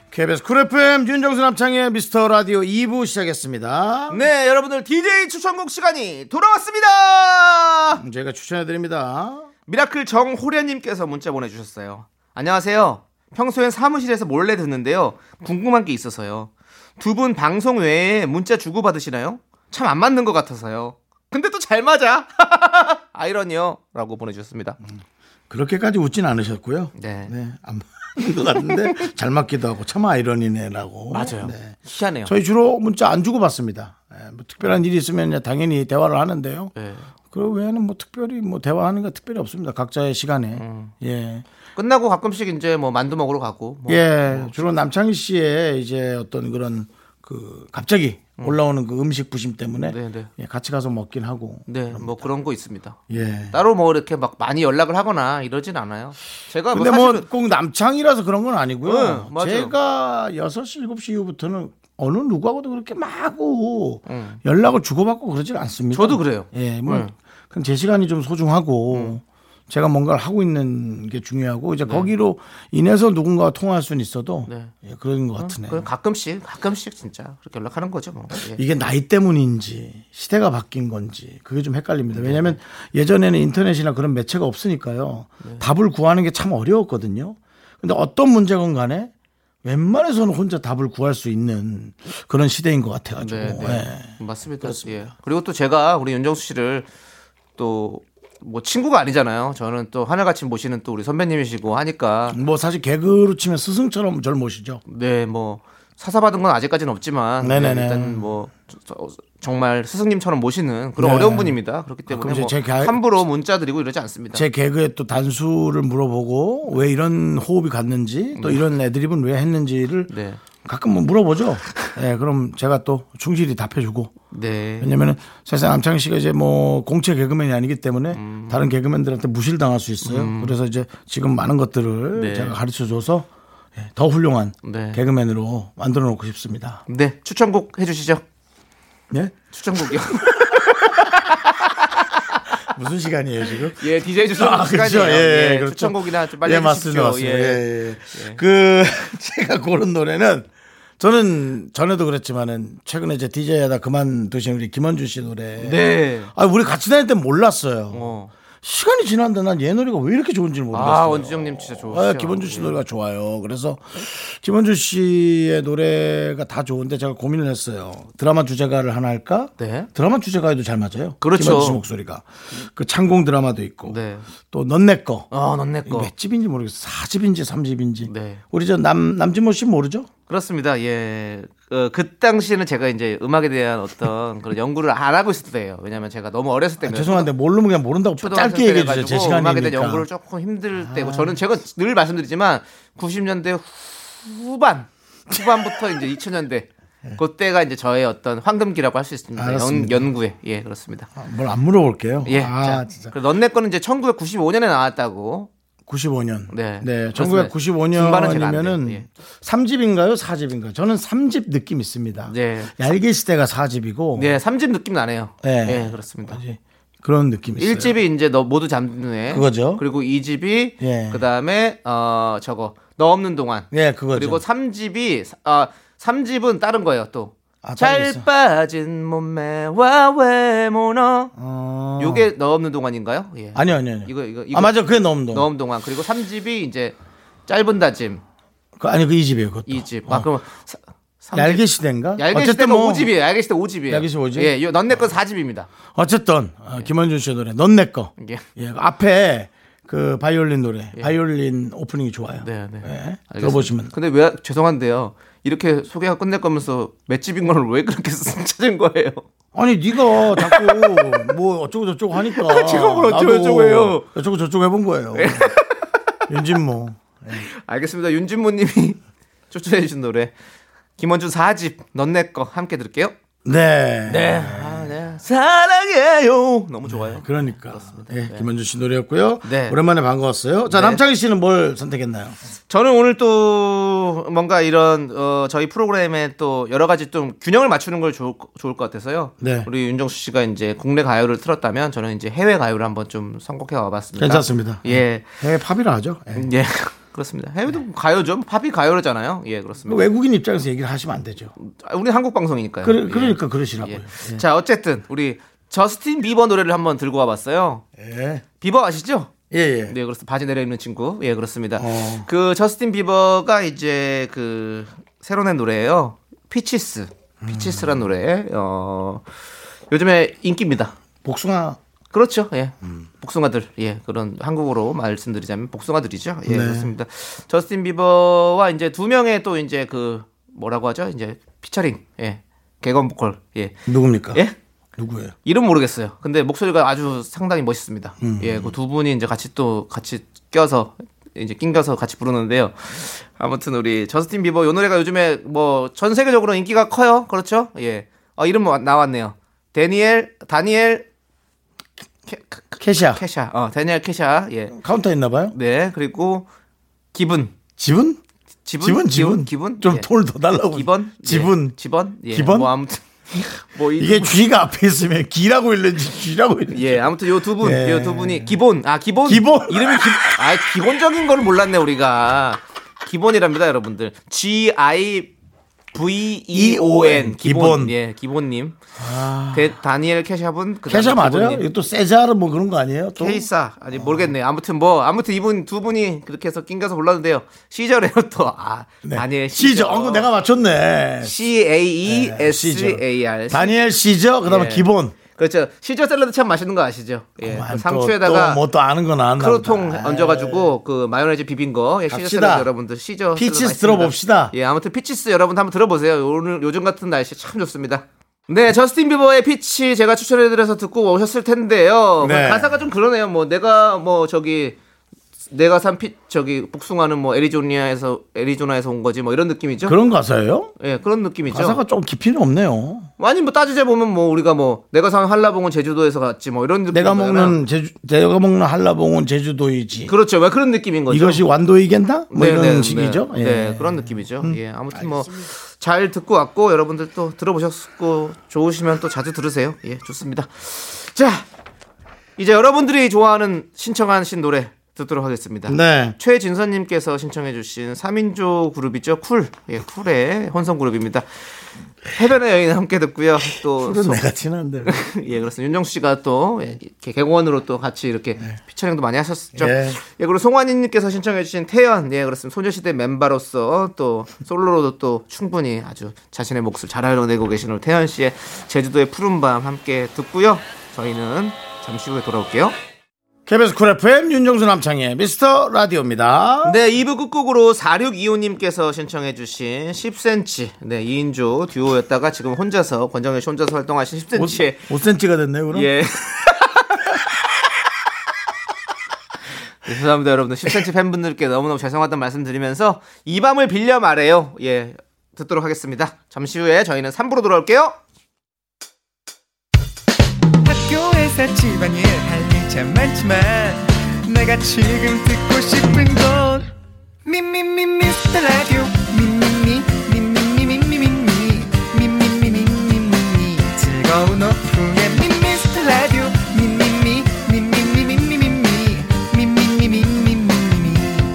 Speaker 1: KBS 쿨 FM 윤정수 남창의 미스터 라디오 2부 시작했습니다.
Speaker 2: 네, 여러분들 DJ 추천곡 시간이 돌아왔습니다.
Speaker 1: 저희가 추천해드립니다.
Speaker 2: 미라클 정호래님께서 문자 보내주셨어요. 안녕하세요. 평소엔 사무실에서 몰래 듣는데요. 궁금한 게 있어서요. 두 분 방송 외에 문자 주고받으시나요? 참 안 맞는 것 같아서요. 근데 또 잘 맞아. 아이러니요. 라고 보내주셨습니다.
Speaker 1: 그렇게까지 웃진 않으셨고요.
Speaker 2: 네.
Speaker 1: 네, 안 맞는 것 같은데 잘 맞기도 하고 참 아이러니네라고.
Speaker 2: 맞아요.
Speaker 1: 네.
Speaker 2: 희한해요.
Speaker 1: 저희 주로 문자 안 주고 받습니다. 예, 뭐 특별한 일이 있으면 당연히 대화를 하는데요.
Speaker 2: 네.
Speaker 1: 그 외에는 뭐 특별히 뭐 대화하는 거 특별히 없습니다. 각자의 시간에.
Speaker 2: 음.
Speaker 1: 예.
Speaker 2: 끝나고 가끔씩 이제 뭐 만두 먹으러 가고 뭐
Speaker 1: 예, 주로 남창희 씨의 이제 어떤 그런 그 갑자기 올라오는 그 음식 부심 때문에
Speaker 2: 네, 네.
Speaker 1: 예, 같이 가서 먹긴 하고.
Speaker 2: 네, 뭐 그런 거 있습니다.
Speaker 1: 예.
Speaker 2: 따로 뭐 이렇게 막 많이 연락을 하거나 이러진 않아요. 제가 뭐
Speaker 1: 근데 뭐
Speaker 2: 사실은
Speaker 1: 꼭 남창이라서 그런 건 아니고요.
Speaker 2: 응, 맞아요.
Speaker 1: 제가 6시, 7시 이후부터는 어느 누구하고도 그렇게 마구 연락을 주고받고 그러질 않습니다.
Speaker 2: 음. 저도 그래요. 네. 음.
Speaker 1: 예, 뭐
Speaker 2: 응.
Speaker 1: 그냥 제 시간이 좀 소중하고 제가 뭔가를 하고 있는 게 중요하고 이제 거기로 인해서 누군가와 통화할 수는 있어도
Speaker 2: 네.
Speaker 1: 예, 그런 것 같으네.
Speaker 2: 그럼 가끔씩 가끔씩 진짜 그렇게 연락하는 거죠 뭐. 예.
Speaker 1: 이게 나이 때문인지 시대가 바뀐 건지 그게 좀 헷갈립니다.
Speaker 2: 네.
Speaker 1: 왜냐하면 예전에는 인터넷이나 그런 매체가 없으니까요.
Speaker 2: 네.
Speaker 1: 답을 구하는 게 참 어려웠거든요. 근데 어떤 문제건 간에 웬만해서는 혼자 답을 구할 수 있는 그런 시대인 것 같아가지고.
Speaker 2: 네, 네.
Speaker 1: 예.
Speaker 2: 맞습니다. 예. 그리고 또 제가 우리 윤정수 씨를 또 뭐 친구가 아니잖아요. 저는 또 하나같이 모시는 또 우리 선배님이시고 하니까
Speaker 1: 뭐 사실 개그로 치면 스승처럼 절 모시죠.
Speaker 2: 네, 뭐 사사받은 건 아직까지는 없지만 네,
Speaker 1: 네네네.
Speaker 2: 일단 뭐 저- 저- 정말 스승님처럼 모시는 그런
Speaker 1: 네.
Speaker 2: 어려운 분입니다. 그렇기
Speaker 1: 그럼
Speaker 2: 때문에
Speaker 1: 이제
Speaker 2: 뭐
Speaker 1: 제 가-
Speaker 2: 함부로 문자 드리고 이러지 않습니다.
Speaker 1: 제 개그에 또 단수를 물어보고 왜 이런 호흡이 갔는지 또 이런 애드립은 왜 했는지를
Speaker 2: 네.
Speaker 1: 가끔 뭐 물어보죠. 예, 그럼 제가 또 충실히 답해주고
Speaker 2: 네.
Speaker 1: 예. 왜냐면은 사실 남창희 씨가 이제 뭐 공채 개그맨이 아니기 때문에
Speaker 2: 음.
Speaker 1: 다른 개그맨들한테 무시를 당할 수 있어요. 그래서 이제 지금 많은 것들을
Speaker 2: 네.
Speaker 1: 제가 가르쳐 줘서 예, 더 훌륭한
Speaker 2: 네.
Speaker 1: 개그맨으로 만들어 놓고 싶습니다.
Speaker 2: 네, 추천곡 해 주시죠.
Speaker 1: 예?
Speaker 2: 추천곡이요.
Speaker 1: 무슨 시간이에요, 지금?
Speaker 2: 예, DJ 주소
Speaker 1: 아, 그렇죠.
Speaker 2: 시간이에요.
Speaker 1: 예,
Speaker 2: 예,
Speaker 1: 그렇죠.
Speaker 2: 추천곡이나 좀 빨리
Speaker 1: 예,
Speaker 2: 해
Speaker 1: 맞습니다.
Speaker 2: 주십시오.
Speaker 1: 맞습니다. 예, 예. 그 제가 고른 노래는 저는 전에도 그랬지만은 최근에 이제 DJ 하다 그만두신 우리 김원준 씨 노래.
Speaker 2: 네.
Speaker 1: 아, 우리 같이 다닐 땐 몰랐어요.
Speaker 2: 어.
Speaker 1: 시간이 지난데 난 얘 노래가 왜 이렇게 좋은지 를 모르겠어요.
Speaker 2: 아, 원주정님 진짜 좋으시죠.
Speaker 1: 아, 김원준 씨 노래가 좋아요. 그래서 김원준 씨의 노래가 다 좋은데 제가 고민을 했어요. 드라마 주제가를 하나 할까?
Speaker 2: 네.
Speaker 1: 드라마 주제가에도 잘 맞아요.
Speaker 2: 그렇죠.
Speaker 1: 김원준 씨 목소리가 그 창공 드라마도 있고
Speaker 2: 네.
Speaker 1: 또 넌내 거.
Speaker 2: 아, 넌내 거.
Speaker 1: 몇 집인지 모르겠어. 4집인지 3집인지.
Speaker 2: 네.
Speaker 1: 우리 저 남 남진모 씨 모르죠?
Speaker 2: 그렇습니다. 예. 어, 그 당시에는 제가 이제 음악에 대한 어떤 그런 연구를 안 하고 있을 때예요. 왜냐면 제가 너무 어렸을
Speaker 1: 아,
Speaker 2: 때면
Speaker 1: 죄송한데 모르면 그냥 모른다고
Speaker 2: 네. 초등학생
Speaker 1: 짧게 얘기해 주세요. 제
Speaker 2: 때여가지고 음악에
Speaker 1: 시간이니까. 아.
Speaker 2: 대한 연구를 조금 힘들 때고 저는 제가 늘 말씀드리지만 90년대 후반 후반부터 이제 2000년대 그때가 이제 저의 어떤 황금기라고 할 수 있습니다. 연,
Speaker 1: 네. 알았습니다.
Speaker 2: 연구에 예 그렇습니다.
Speaker 1: 아, 뭘 안 물어볼게요.
Speaker 2: 예.
Speaker 1: 아,
Speaker 2: 자,
Speaker 1: 진짜.
Speaker 2: 그리고 넌내 거는 이제 1995년에 나왔다고
Speaker 1: 95년.
Speaker 2: 네.
Speaker 1: 네.
Speaker 2: 그렇습니다. 중반은 제가 안 돼요.
Speaker 1: 1995년이면은
Speaker 2: 예.
Speaker 1: 삼 3집인가요? 4집인가요? 저는 3집 느낌 있습니다.
Speaker 2: 네.
Speaker 1: 얄개 시대가 4집이고
Speaker 2: 네 3집 느낌 나네요.
Speaker 1: 아. 네.
Speaker 2: 예 그렇습니다.
Speaker 1: 그런 느낌이 있어요.
Speaker 2: 1집이 이제 너 모두 잠든 애
Speaker 1: 그거죠.
Speaker 2: 그리고 2집이
Speaker 1: 예.
Speaker 2: 그다음에 어 저거 너 없는 동안.
Speaker 1: 네, 그거죠.
Speaker 2: 그리고 3집이 아 3집은 다른 거예요, 또.
Speaker 1: 아, 다른 게
Speaker 2: 잘
Speaker 1: 있어.
Speaker 2: 빠진 몸매와 외모너.
Speaker 1: 어...
Speaker 2: 요게 너 없는 동안인가요? 예.
Speaker 1: 아니요, 아니요. 아니요.
Speaker 2: 이거 이거
Speaker 1: 아, 맞아. 그게 너무
Speaker 2: 너
Speaker 1: 너무.
Speaker 2: 없는 동안. 그리고 3집이 이제 짧은 다짐
Speaker 1: 그, 아니, 그 2집이에요. 그것도.
Speaker 2: 2집.
Speaker 1: 어.
Speaker 2: 아 그럼 사- 삼 집.
Speaker 1: 얄개 시대인가?
Speaker 2: 얄개
Speaker 1: 어쨌든
Speaker 2: 시대가
Speaker 1: 뭐
Speaker 2: 5집이에요. 얄개 시대 5집이에요.
Speaker 1: 얄개 시대 5집?
Speaker 2: 예, 넌내건 4집입니다.
Speaker 1: 어쨌든 어, 김원준 씨의 노래 넌 내 거.
Speaker 2: 예.
Speaker 1: 예. 그 앞에 그 바이올린 노래, 바이올린 오프닝이 좋아요.
Speaker 2: 네, 네.
Speaker 1: 예,
Speaker 2: 알겠습니다.
Speaker 1: 들어보시면
Speaker 2: 근데 왜 죄송한데요. 이렇게 소개가 끝낼 거면서 맷집인 걸 왜 그렇게 찾은 거예요?
Speaker 1: 아니 네가 자꾸 뭐 어쩌고 저쩌고 하니까
Speaker 2: 제가 뭘 어쩌고
Speaker 1: 나도
Speaker 2: 저쩌고 해요? 네.
Speaker 1: 어쩌고 저쩌고 해본 거예요. 윤진모 뭐.
Speaker 2: 알겠습니다. 윤진모님이 추천해 주신 노래 김원준 4집 넌내거 함께 들을게요.
Speaker 1: 네.
Speaker 2: 아, 네. 사랑해요. 너무 좋아요.
Speaker 1: 그러니까 예, 김원준 씨 노래였고요.
Speaker 2: 네.
Speaker 1: 오랜만에 반가웠어요. 자
Speaker 2: 네.
Speaker 1: 남창희 씨는 뭘 선택했나요?
Speaker 2: 저는 오늘 또 뭔가 이런 어, 저희 프로그램에 또 여러 가지 좀 균형을 맞추는 걸 좋을, 좋을 것 같아서요.
Speaker 1: 네.
Speaker 2: 우리 윤정수 씨가 이제 국내 가요를 틀었다면 저는 이제 해외 가요를 한번 좀 선곡해 와봤습니다.
Speaker 1: 괜찮습니다.
Speaker 2: 예,
Speaker 1: 해외 팝이라 하죠. 예.
Speaker 2: 예, 그렇습니다. 해외도 뭐, 가요죠. 팝이 가요잖아요. 예, 그렇습니다.
Speaker 1: 외국인 입장에서 얘기를 하시면 안 되죠.
Speaker 2: 아, 우리 한국 방송이니까요.
Speaker 1: 그러,
Speaker 2: 예.
Speaker 1: 그러니까 그러시라고요.
Speaker 2: 예. 자, 어쨌든 우리 저스틴 비버 노래를 한번 들고 와봤어요.
Speaker 1: 예.
Speaker 2: 비버 아시죠?
Speaker 1: 예, 예.
Speaker 2: 네, 그렇습니다. 바지 내려입는 친구. 예, 그렇습니다.
Speaker 1: 어.
Speaker 2: 그 저스틴 비버가 이제 그 새로 낸 노래예요. 피치스. 피치스란 노래. 어. 요즘에 인기입니다.
Speaker 1: 복숭아
Speaker 2: 그렇죠. 예. 복숭아들. 예. 그런 한국어로 말씀드리자면 복숭아들이죠. 예, 그렇습니다. 저스틴 비버와 이제 두 명의 또 이제 그 뭐라고 하죠? 이제 피처링. 예. 개건 보컬. 예.
Speaker 1: 누굽니까?
Speaker 2: 예?
Speaker 1: 누구예요?
Speaker 2: 이름 모르겠어요. 근데 목소리가 아주 상당히 멋있습니다. 예, 그 두 분이 이제 같이 또 같이 껴서 이제 낑겨서 같이 부르는데요. 아무튼 우리 저스틴 비버 요 노래가 요즘에 뭐 전 세계적으로 인기가 커요. 그렇죠? 예. 어 이름 뭐 나왔네요. 데니엘 다니엘 캐,
Speaker 1: 캐시아
Speaker 2: 그, 캐샤. 어, 데니엘 캐샤. 예.
Speaker 1: 카운터 있나봐요.
Speaker 2: 네. 그리고 기분.
Speaker 1: 지분?
Speaker 2: 지분
Speaker 1: 지분
Speaker 2: 기운?
Speaker 1: 지분
Speaker 2: 기분 예.
Speaker 1: 좀돈 더 달라고.
Speaker 2: 기본
Speaker 1: 지분.
Speaker 2: 예. 지번 예.
Speaker 1: 기본?
Speaker 2: 뭐 아무튼 뭐이
Speaker 1: 이게 쥐가 앞에 있으면 기라고 읽는지 쥐라고 읽는지.
Speaker 2: 예, 아무튼 요 두 분,
Speaker 1: 예.
Speaker 2: 요 두 분이 기본, 아 기본,
Speaker 1: 기본.
Speaker 2: 이름이 기, 아 기본적인 걸 몰랐네 우리가 기본이랍니다 여러분들. G I V E O N
Speaker 1: 기본. 아.
Speaker 2: 예, 기본님. 데- 다니엘 캐샵은 그
Speaker 1: 캐샤 맞아요? 이거 또 세자르 뭐 그런 거 아니에요? 또? 어.
Speaker 2: 케이사 아니 모르겠네. 아무튼 뭐 아무튼 이분 두 분이 그렇게 해서 낑겨서 불렀는데요. 시저래요 또. 아
Speaker 1: 네.
Speaker 2: 다니엘
Speaker 1: 시저. 어, 그거 내가 네, 맞췄네.
Speaker 2: C A E S
Speaker 1: 시저.
Speaker 2: A R
Speaker 1: 다니엘 시저. 그다음에
Speaker 2: 예.
Speaker 1: 기본.
Speaker 2: 그렇죠. 시저 샐러드 참 맛있는 거 아시죠? 예.
Speaker 1: 그만 또-
Speaker 2: 상추에다가
Speaker 1: 또 뭐 또 아는 건 아는
Speaker 2: 크로통 얹어가지고 그 마요네즈 비빈 거 예, 시저
Speaker 1: 음. 갑시다.
Speaker 2: 샐러드 여러분들 시저
Speaker 1: 피치스
Speaker 2: 샐러드 맛있습니다.
Speaker 1: 들어봅시다.
Speaker 2: 예 아무튼 피치스 여러분 한번 들어보세요. 오늘 요즘 같은 날씨 참 좋습니다. 네 저스틴 비버의 피치 제가 추천해드려서 듣고 오셨을 텐데요. 뭐
Speaker 1: 네.
Speaker 2: 가사가 좀 그러네요. 뭐 내가 뭐 저기 내가 산 피 저기 복숭아는 뭐 애리조니아에서 애리조나에서 온 거지 뭐 이런 느낌이죠.
Speaker 1: 그런 가사예요?
Speaker 2: 예 그런 느낌이죠.
Speaker 1: 가사가 좀 깊이는 없네요.
Speaker 2: 아니 뭐 따지자 보면 뭐 우리가 뭐 내가 산 한라봉은 제주도에서 갔지 뭐 이런 느낌
Speaker 1: 내가 먹는 제주 내가 먹는 한라봉은 제주도이지.
Speaker 2: 그렇죠 왜 그런 느낌인 거죠
Speaker 1: 이것이 완도이겠나? 뭐
Speaker 2: 네,
Speaker 1: 이런
Speaker 2: 네,
Speaker 1: 식이죠.
Speaker 2: 네,
Speaker 1: 예. 음.
Speaker 2: 네, 그런 느낌이죠 예 아무튼 뭐 잘 듣고 왔고 여러분들 또 들어보셨고 좋으시면 또 자주 들으세요 예 좋습니다 자 이제 여러분들이 좋아하는 신청하신 노래 듣도록 하겠습니다
Speaker 1: 네.
Speaker 2: 최진선님께서 신청해주신 3인조 그룹이죠. 쿨. 예, 쿨의 혼성 그룹입니다. 해변의 여인 함께 듣고요. 또
Speaker 1: 그건
Speaker 2: 소-
Speaker 1: 내가 친한데.
Speaker 2: 예, 그렇습니다. 윤정수 씨가 또 예, 이렇게 개공원으로 또 같이 이렇게 피처링도 많이 하셨죠.
Speaker 1: 예.
Speaker 2: 예, 그리고 송환이님께서 신청해주신 태연, 예, 그렇습니다. 소녀시대 멤버로서 또 솔로로도 또 충분히 아주 자신의 몫을 잘 알아내고 계신 우리 태연 씨의 제주도의 푸른 밤 함께 듣고요. 저희는 잠시 후에 돌아올게요.
Speaker 1: KBS 쿨 FM 윤정수 남창의 미스터 라디오입니다.
Speaker 2: 네, 2부 끝곡으로 4625님께서 신청해주신 10cm, 네, 2인조 듀오였다가 지금 혼자서, 권정현 씨 혼자서 활동하신 10cm의
Speaker 1: 5cm가 됐네요, 그럼.
Speaker 2: 예. 네, 죄송합니다, 여러분들. 10cm 팬분들께 너무너무 죄송하다는 말씀 드리면서 이 밤을 빌려 말해요. 예. 듣도록 하겠습니다. 잠시 후에 저희는 3부로 돌아올게요.
Speaker 4: 학교에서 집안일 할 일 참 많지만 내가 지금 듣고 싶은 건 미미미 미스터 라디오 미미미 미미미 미미미 미미미 미미미 즐거운 오후에 미미스터 라디오 미미미 미미미 미미미 미미미 미미미 미미미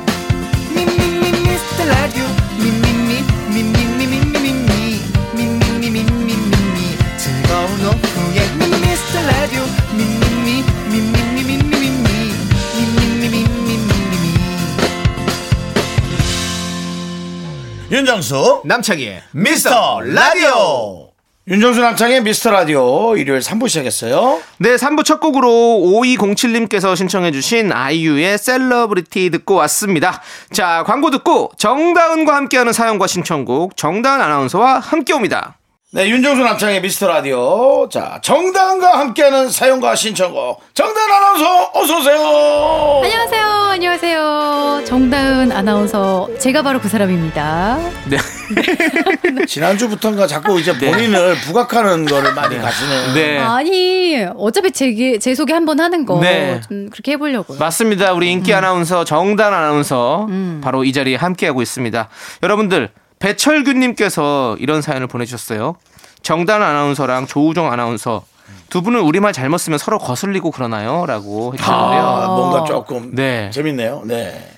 Speaker 1: 윤정수
Speaker 2: 남창희의
Speaker 1: 미스터 라디오. 윤정수 남창의 미스터 라디오 일요일 3부 시작했어요.
Speaker 2: 네, 3부 첫 곡으로 5207님께서 신청해주신 아이유의 셀러브리티 듣고 왔습니다. 자, 광고 듣고 정다은과 함께하는 사연과 신청곡 정다은 아나운서와 함께 옵니다.
Speaker 1: 네, 윤정수 남창의 미스터 라디오. 자, 정단과 함께하는 사연과 신청곡. 정단 아나운서 어서 오세요.
Speaker 5: 안녕하세요. 안녕하세요. 정다은 아나운서. 제가 바로 그 사람입니다.
Speaker 2: 네.
Speaker 1: 지난주부터인가 자꾸 이제 본인을 부각하는 거를 많이 가시는.
Speaker 2: 네.
Speaker 5: 아니, 어차피 제, 제 소개 한번 하는 거.
Speaker 2: 네.
Speaker 5: 좀 그렇게 해보려고요.
Speaker 2: 맞습니다. 우리 인기
Speaker 5: 음.
Speaker 2: 아나운서 정단 아나운서 바로 이 자리에 함께하고 있습니다. 여러분들 배철규님께서 이런 사연을 보내주셨어요. 정단 아나운서랑 조우종 아나운서 두 분은 우리말 잘못 쓰면 서로 거슬리고 그러나요?라고
Speaker 1: 아,
Speaker 2: 해주셨는데요.
Speaker 1: 뭔가 조금
Speaker 2: 네.
Speaker 1: 재밌네요. 네.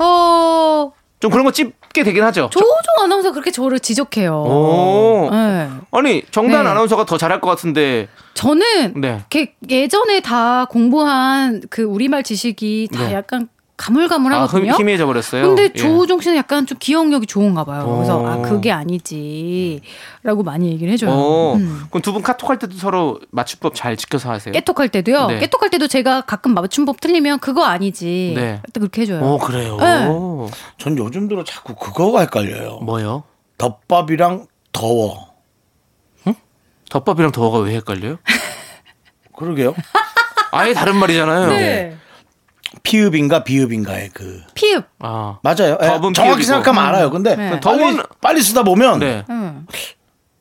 Speaker 5: 어,
Speaker 2: 좀 그런 거 찝게 되긴 하죠.
Speaker 5: 조종 아나운서 그렇게 저를 지적해요.
Speaker 2: 오.
Speaker 5: 네.
Speaker 2: 아니 정단
Speaker 5: 네.
Speaker 2: 아나운서가 더 잘할 것 같은데
Speaker 5: 저는
Speaker 2: 네.
Speaker 5: 이렇게 예전에 다 공부한 그 우리말 지식이 다
Speaker 2: 네.
Speaker 5: 약간
Speaker 2: 아, 흠,
Speaker 5: 가물가물하거든요.
Speaker 2: 희미해져 버렸어요.
Speaker 5: 근데
Speaker 2: 예.
Speaker 5: 조우종 씨는 약간 좀 기억력이 좋은가 봐요.
Speaker 2: 오.
Speaker 5: 그래서 아 그게 아니지라고 많이 얘기를 해줘요.
Speaker 2: 오.
Speaker 5: 음.
Speaker 2: 그럼 두 분 카톡할 때도 서로 맞춤법 잘 지켜서 하세요.
Speaker 5: 깨톡할 때도요.
Speaker 2: 네.
Speaker 5: 깨톡할 때도 제가 가끔 맞춤법 틀리면 그거 아니지.
Speaker 2: 네.
Speaker 5: 또 그렇게 해줘요.
Speaker 2: 오 그래요.
Speaker 5: 네.
Speaker 1: 전 요즘 들어 자꾸
Speaker 2: 뭐.
Speaker 1: 그거가 헷갈려요.
Speaker 2: 뭐요?
Speaker 1: 덮밥이랑 더워.
Speaker 2: 덮밥이랑 더워가 왜 헷갈려요?
Speaker 1: 그러게요.
Speaker 2: 아예 다른 말이잖아요.
Speaker 5: 네.
Speaker 1: 피읍인가 비읍인가의 그
Speaker 5: 피읍.
Speaker 2: 아.
Speaker 1: 맞아요. 예,
Speaker 2: 더분
Speaker 1: 정확히
Speaker 2: 피읍이고.
Speaker 1: 생각하면 알아요. 근데
Speaker 5: 네.
Speaker 1: 더운
Speaker 2: 더운-
Speaker 1: 빨리, 빨리 쓰다 보면
Speaker 2: 네.
Speaker 5: 응.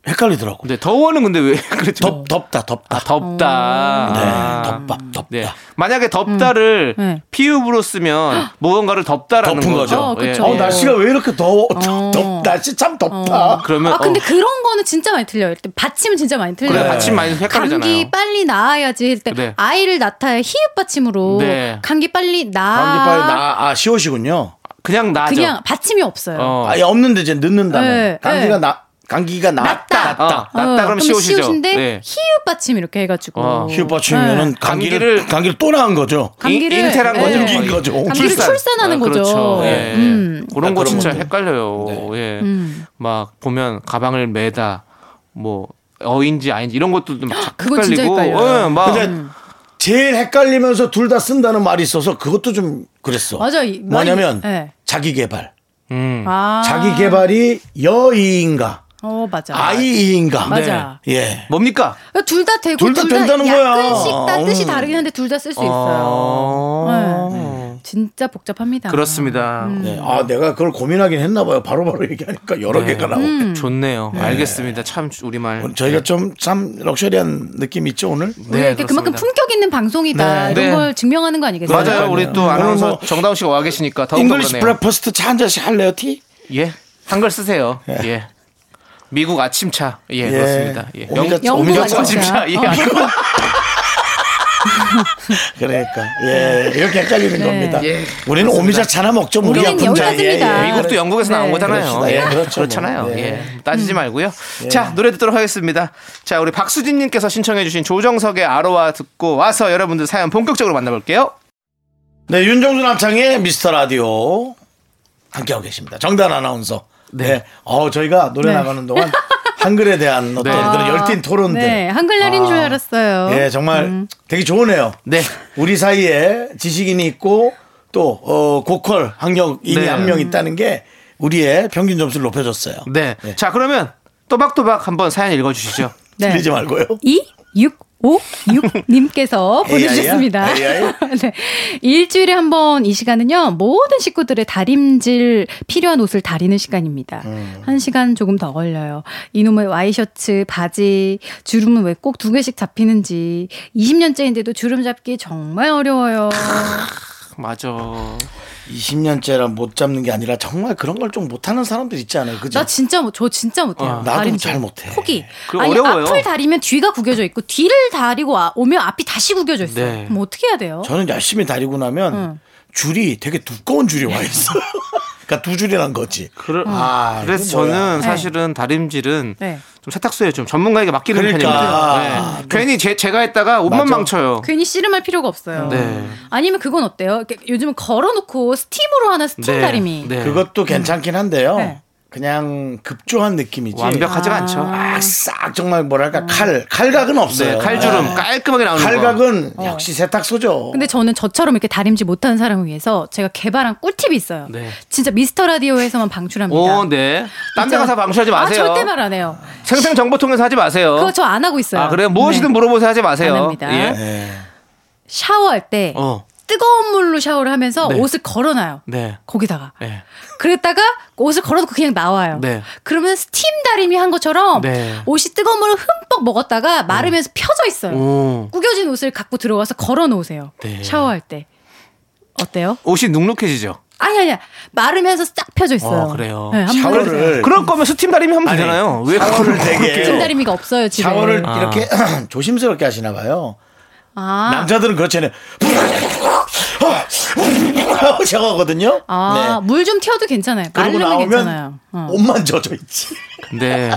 Speaker 1: 헷갈리더라고.
Speaker 2: 근데 더워는 근데 왜 그렇죠?
Speaker 1: 덥 덥다 덥다.
Speaker 2: 아, 덥다.
Speaker 1: 네,
Speaker 2: 아.
Speaker 1: 덥밥
Speaker 5: 음.
Speaker 1: 덥다.
Speaker 2: 네. 만약에 덥다를
Speaker 5: 네.
Speaker 2: 피읍으로 쓰면 무언가를 덥다라는
Speaker 1: 덮은
Speaker 2: 거죠.
Speaker 1: 거죠.
Speaker 5: 어, 그쵸.
Speaker 1: 어
Speaker 5: 예.
Speaker 1: 날씨가 왜 이렇게 더워?
Speaker 5: 어.
Speaker 1: 덥 날씨 참 덥다.
Speaker 2: 그러면
Speaker 5: 아 근데
Speaker 2: 어,
Speaker 5: 그런 거는 진짜 많이 틀려요. 일단 받침은 진짜 많이 틀려요.
Speaker 2: 그래
Speaker 1: 네.
Speaker 2: 받침 많이 헷갈리잖아요.
Speaker 5: 감기 빨리 나아야지 할 때
Speaker 2: 네.
Speaker 5: 아이를 낳다에 히읗 받침으로
Speaker 2: 네.
Speaker 5: 감기 빨리 나
Speaker 1: 감기 빨리 나아 시옷이군요.
Speaker 2: 그냥 나죠.
Speaker 5: 그냥 받침이 없어요.
Speaker 2: 어.
Speaker 1: 아예 없는데 이제 늦는다면
Speaker 5: 네,
Speaker 1: 감기가
Speaker 5: 네.
Speaker 1: 나 감기가
Speaker 5: 낫다.
Speaker 1: 낫다.
Speaker 2: 아, 낫다. 낫다. 그럼 시옷이죠.
Speaker 5: 시옷인데
Speaker 2: 네.
Speaker 5: 어, 히읗 받침 이렇게 해가지고
Speaker 2: 어.
Speaker 1: 휴받치면은
Speaker 5: 네.
Speaker 1: 감기를
Speaker 2: 감기를-
Speaker 1: 감기를 또 나은 거죠.
Speaker 5: 감기를
Speaker 2: 인- 인테란
Speaker 5: 네.
Speaker 2: 거죠.
Speaker 1: 옮긴 거죠.
Speaker 5: 감기를 출산하는 거죠.
Speaker 2: 그렇죠. 예.
Speaker 5: 음.
Speaker 1: 아,
Speaker 2: 그런 거
Speaker 1: 그런
Speaker 2: 진짜
Speaker 1: 것도.
Speaker 2: 헷갈려요. 예. 막 보면 가방을 매다 뭐 어인지 아닌지 이런 것도 막
Speaker 5: 그건 진짜
Speaker 2: 헷갈리고
Speaker 5: 헷갈려요. 음.
Speaker 2: 예, 막
Speaker 1: 근데 제일 헷갈리면서 둘 다 쓴다는 말이 있어서 그것도 좀 그랬어.
Speaker 5: 맞아, 이- 많이-
Speaker 1: 뭐냐면
Speaker 5: 네.
Speaker 1: 자기 개발.
Speaker 2: 음.
Speaker 5: 아.
Speaker 1: 자기 개발이 여이인가
Speaker 5: 어 맞아.
Speaker 1: 아이인가.
Speaker 5: 맞아.
Speaker 1: 예.
Speaker 2: 뭡니까?
Speaker 5: 둘 다 되고
Speaker 1: 둘다
Speaker 5: 둘다
Speaker 1: 된다는 거야.
Speaker 5: 약간씩 다 뜻이
Speaker 1: 음.
Speaker 5: 다르긴 한데 둘 다 쓸 수
Speaker 2: 어.
Speaker 5: 있어요. 네. 진짜 복잡합니다.
Speaker 2: 그렇습니다.
Speaker 5: 음.
Speaker 1: 네. 아 내가 그걸 고민하긴 했나 봐요. 바로바로 얘기하니까 여러 개가
Speaker 5: 음.
Speaker 1: 나오네.
Speaker 2: 좋네요. 알겠습니다. 참 우리말. 네,
Speaker 1: 저희가 좀 참 럭셔리한 느낌 있죠 오늘.
Speaker 5: 우리가 이렇게 그만큼
Speaker 2: 그렇습니다.
Speaker 5: 품격 있는 방송이다
Speaker 2: 네.
Speaker 5: 이런
Speaker 2: 네.
Speaker 5: 걸 증명하는 거 아니겠어요?
Speaker 2: 맞아요. 네. 우리 또
Speaker 1: 오늘
Speaker 2: 아나운서
Speaker 1: 뭐
Speaker 2: 정다운 씨가 와 계시니까 더욱더
Speaker 1: 잉글리시
Speaker 2: 그러네요.
Speaker 1: 브레퍼스트 차 한 잔씩 할래요 티?
Speaker 2: 예. 한글 쓰세요. 예. 미국 아침차. 예, 그렇습니다. 예.
Speaker 1: 오미자-
Speaker 2: 영-
Speaker 5: 영국
Speaker 1: 오미자-
Speaker 5: 아침차. 어.
Speaker 2: 예.
Speaker 1: 그러니까 예 이렇게 헷갈리는 겁니다.
Speaker 2: 예.
Speaker 1: 우리는 오미자 차나 먹죠. 우리
Speaker 5: 네. 우리는
Speaker 1: 아픈 자. 예,
Speaker 5: 여기까지입니다.
Speaker 1: 예.
Speaker 2: 미국도 영국에서 나온
Speaker 5: 네. 음.
Speaker 2: 거잖아요.
Speaker 1: 그렇습니다. 예, 그렇죠. 예.
Speaker 2: 잖아요
Speaker 1: 뭐.
Speaker 2: 예.
Speaker 1: 예.
Speaker 2: 따지지 말고요. 자, 노래 듣도록 하겠습니다. 자, 우리 박수진 님께서 신청해 주신 조정석의 아로와 듣고 와서 여러분들 사연 본격적으로 만나볼게요.
Speaker 1: 네, 윤정수 남창의 미스터 라디오 함께하고 계십니다. 정단 아나운서. 네. 어, 저희가 노래
Speaker 5: 네.
Speaker 1: 나가는 동안 한글에 대한
Speaker 2: 네.
Speaker 1: 어떤 그런 열띤 토론들.
Speaker 5: 네, 한글날인
Speaker 2: 아.
Speaker 5: 줄 알았어요.
Speaker 1: 예, 정말 되게 좋으네요.
Speaker 2: 음. 네.
Speaker 1: 우리 사이에 지식인이 있고 또, 어, 고퀄 학력인이
Speaker 2: 네.
Speaker 1: 한 명 있다는 게 우리의 평균 점수를 높여줬어요.
Speaker 2: 네.
Speaker 1: 네.
Speaker 2: 자, 그러면 또박또박 한번 사연 읽어 주시죠.
Speaker 5: 네.
Speaker 1: 틀리지 말고요.
Speaker 5: 2656님께서 보내주셨습니다.
Speaker 1: AI?
Speaker 5: 네. 일주일에 한 번 이 시간은요, 모든 식구들의 다림질 필요한 옷을 다리는 시간입니다.
Speaker 1: 음.
Speaker 5: 한 시간 조금 더 걸려요. 이놈의 와이셔츠, 바지, 주름은 왜 꼭 두 개씩 잡히는지. 20년째인데도 주름 잡기 정말 어려워요.
Speaker 2: 맞아.
Speaker 1: 20년째라 못 잡는 게 아니라 정말 그런 걸 좀 못하는 사람들 있지 않아요? 그죠?
Speaker 5: 나 진짜 못, 저 진짜 못해요.
Speaker 1: 어, 나도
Speaker 5: 다림질.
Speaker 1: 잘 못해.
Speaker 5: 포기.
Speaker 2: 그거
Speaker 5: 아니
Speaker 2: 어려워요.
Speaker 5: 앞을 다리면 뒤가 구겨져 있고 뒤를 다리고 와- 오면 앞이 다시 구겨져 있어요.
Speaker 2: 네.
Speaker 5: 그럼 어떻게 해야 돼요?
Speaker 1: 저는 열심히 다리고 나면 줄이 되게 두꺼운 줄이 와 있어. 그러니까 두 줄이 난 거지.
Speaker 2: 그러,
Speaker 1: 아,
Speaker 2: 그래서
Speaker 1: 이거 뭐야.
Speaker 2: 저는 사실은 다림질은
Speaker 5: 음. 네.
Speaker 2: 좀 세탁소에 좀 전문가에게 맡기는
Speaker 1: 그러니까.
Speaker 2: 편입니다. 네.
Speaker 1: 아,
Speaker 2: 괜히 제, 제가 했다가 옷만
Speaker 1: 맞아.
Speaker 2: 망쳐요.
Speaker 5: 괜히 씨름할 필요가 없어요.
Speaker 2: 네.
Speaker 5: 아니면 그건 어때요? 이렇게 요즘은 걸어놓고 스팀으로 하는 스팀
Speaker 2: 네.
Speaker 5: 다리미.
Speaker 2: 네.
Speaker 1: 그것도 괜찮긴 한데요.
Speaker 5: 네.
Speaker 1: 그냥 급조한 느낌이지.
Speaker 2: 완벽하지가 않죠.
Speaker 1: 아, 싹 정말 뭐랄까 칼 칼각은
Speaker 2: 네,
Speaker 1: 없어요.
Speaker 2: 칼주름
Speaker 1: 네.
Speaker 2: 깔끔하게 나오는 거.
Speaker 1: 칼각은 역시 세탁소죠.
Speaker 5: 어. 근데 저는 저처럼 이렇게 다림질 못하는 사람을 위해서 제가 개발한 꿀팁이 있어요.
Speaker 2: 네.
Speaker 5: 진짜 미스터 라디오에서만 방출합니다.
Speaker 2: 오, 네. 딴 데
Speaker 5: 진짜-
Speaker 2: 가서 방출하지 마세요.
Speaker 5: 아, 절대 말 안 해요.
Speaker 2: 생생정보통에서 하지 마세요.
Speaker 5: 그거 저 안 하고 있어요.
Speaker 2: 아, 그래요? 무엇이든
Speaker 5: 네.
Speaker 2: 물어보세요. 하지 마세요.
Speaker 5: 안 합니다.
Speaker 2: 예.
Speaker 1: 네.
Speaker 5: 샤워할 때
Speaker 2: 어.
Speaker 5: 뜨거운 물로 샤워를 하면서
Speaker 2: 네.
Speaker 5: 옷을 걸어놔요.
Speaker 2: 네.
Speaker 5: 거기다가.
Speaker 2: 예.
Speaker 5: 그랬다가 옷을 걸어놓고 그냥 나와요.
Speaker 2: 네.
Speaker 5: 그러면 스팀 다림이 한 것처럼
Speaker 2: 네.
Speaker 5: 옷이 뜨거운 물을 흠뻑 먹었다가 마르면서 펴져 있어요.
Speaker 2: 오.
Speaker 5: 구겨진 옷을 갖고 들어가서 걸어놓으세요.
Speaker 2: 음. 네.
Speaker 5: 샤워할 때. 어때요?
Speaker 2: 옷이 눅눅해지죠.
Speaker 5: 아니, 아니야. 마르면서 싹 펴져 있어요.
Speaker 2: 어, 그래요.
Speaker 5: 네, 한번 해보세요.
Speaker 1: 샤워를
Speaker 2: 그럴 거면 스팀 다림이 하면
Speaker 1: 아니,
Speaker 2: 되잖아요. 왜
Speaker 1: 샤워를
Speaker 2: 그걸
Speaker 1: 되게
Speaker 5: 스팀 다리미가 없어요, 집에.
Speaker 1: 샤워를 이렇게
Speaker 2: 아.
Speaker 1: 조심스럽게 하시나 봐요.
Speaker 5: 아,
Speaker 1: 남자들은 그렇잖아요. 하고 샤워하거든요. 네.
Speaker 5: 아, 물 좀 튀어도 괜찮아요.
Speaker 1: 그러고
Speaker 5: 마르면
Speaker 1: 나오면
Speaker 5: 괜찮아요. 어.
Speaker 1: 옷만 젖어 있지.
Speaker 2: 네.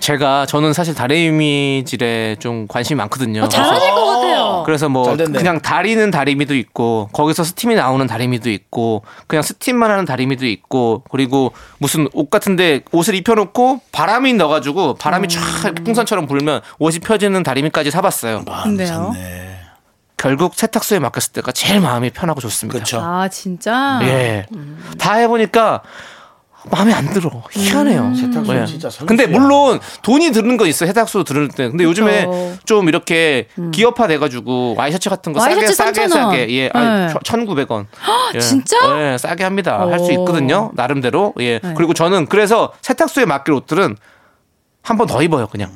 Speaker 2: 제가 저는 사실 다리미질에 좀 관심이 많거든요.
Speaker 5: 어, 잘하실 것 같아요.
Speaker 2: 그래서 뭐
Speaker 1: 잘 됐네.
Speaker 2: 그냥 다리는 다리미도 있고 거기서 스팀이 나오는 다리미도 있고 그냥 스팀만 하는 다리미도 있고 그리고 무슨 옷 같은데 옷을 입혀놓고 바람이 넣어가지고
Speaker 1: 음.
Speaker 2: 바람이 쫙 풍선처럼 불면 옷이 펴지는 다리미까지 사봤어요.
Speaker 1: 아.
Speaker 5: 근데요?
Speaker 2: 결국 세탁소에 맡겼을 때가 제일 마음이 편하고 좋습니다.
Speaker 1: 그렇죠.
Speaker 5: 아, 진짜?
Speaker 2: 예. 다 해보니까 예. 마음에 안 들어. 희한해요.
Speaker 5: 음.
Speaker 1: 세탁소
Speaker 2: 예.
Speaker 1: 진짜 설치야.
Speaker 2: 근데 물론 돈이 드는 건 있어. 해탁소 들을 때. 근데 요즘에
Speaker 5: 그쵸. 음.
Speaker 2: 좀 이렇게 기업화 돼가지고 와이셔츠 같은 거 싸게
Speaker 5: 와이셔츠
Speaker 2: 싸게
Speaker 5: 3,000원.
Speaker 2: 싸게 예, 아니,
Speaker 5: 네.
Speaker 2: 1,900원. 예.
Speaker 5: 진짜?
Speaker 2: 예, 싸게 합니다. 할 수
Speaker 5: 오. 네.
Speaker 2: 있거든요. 나름대로. 예. 그리고 저는 그래서 세탁소에 맡길 옷들은 한 번 더 입어요, 그냥.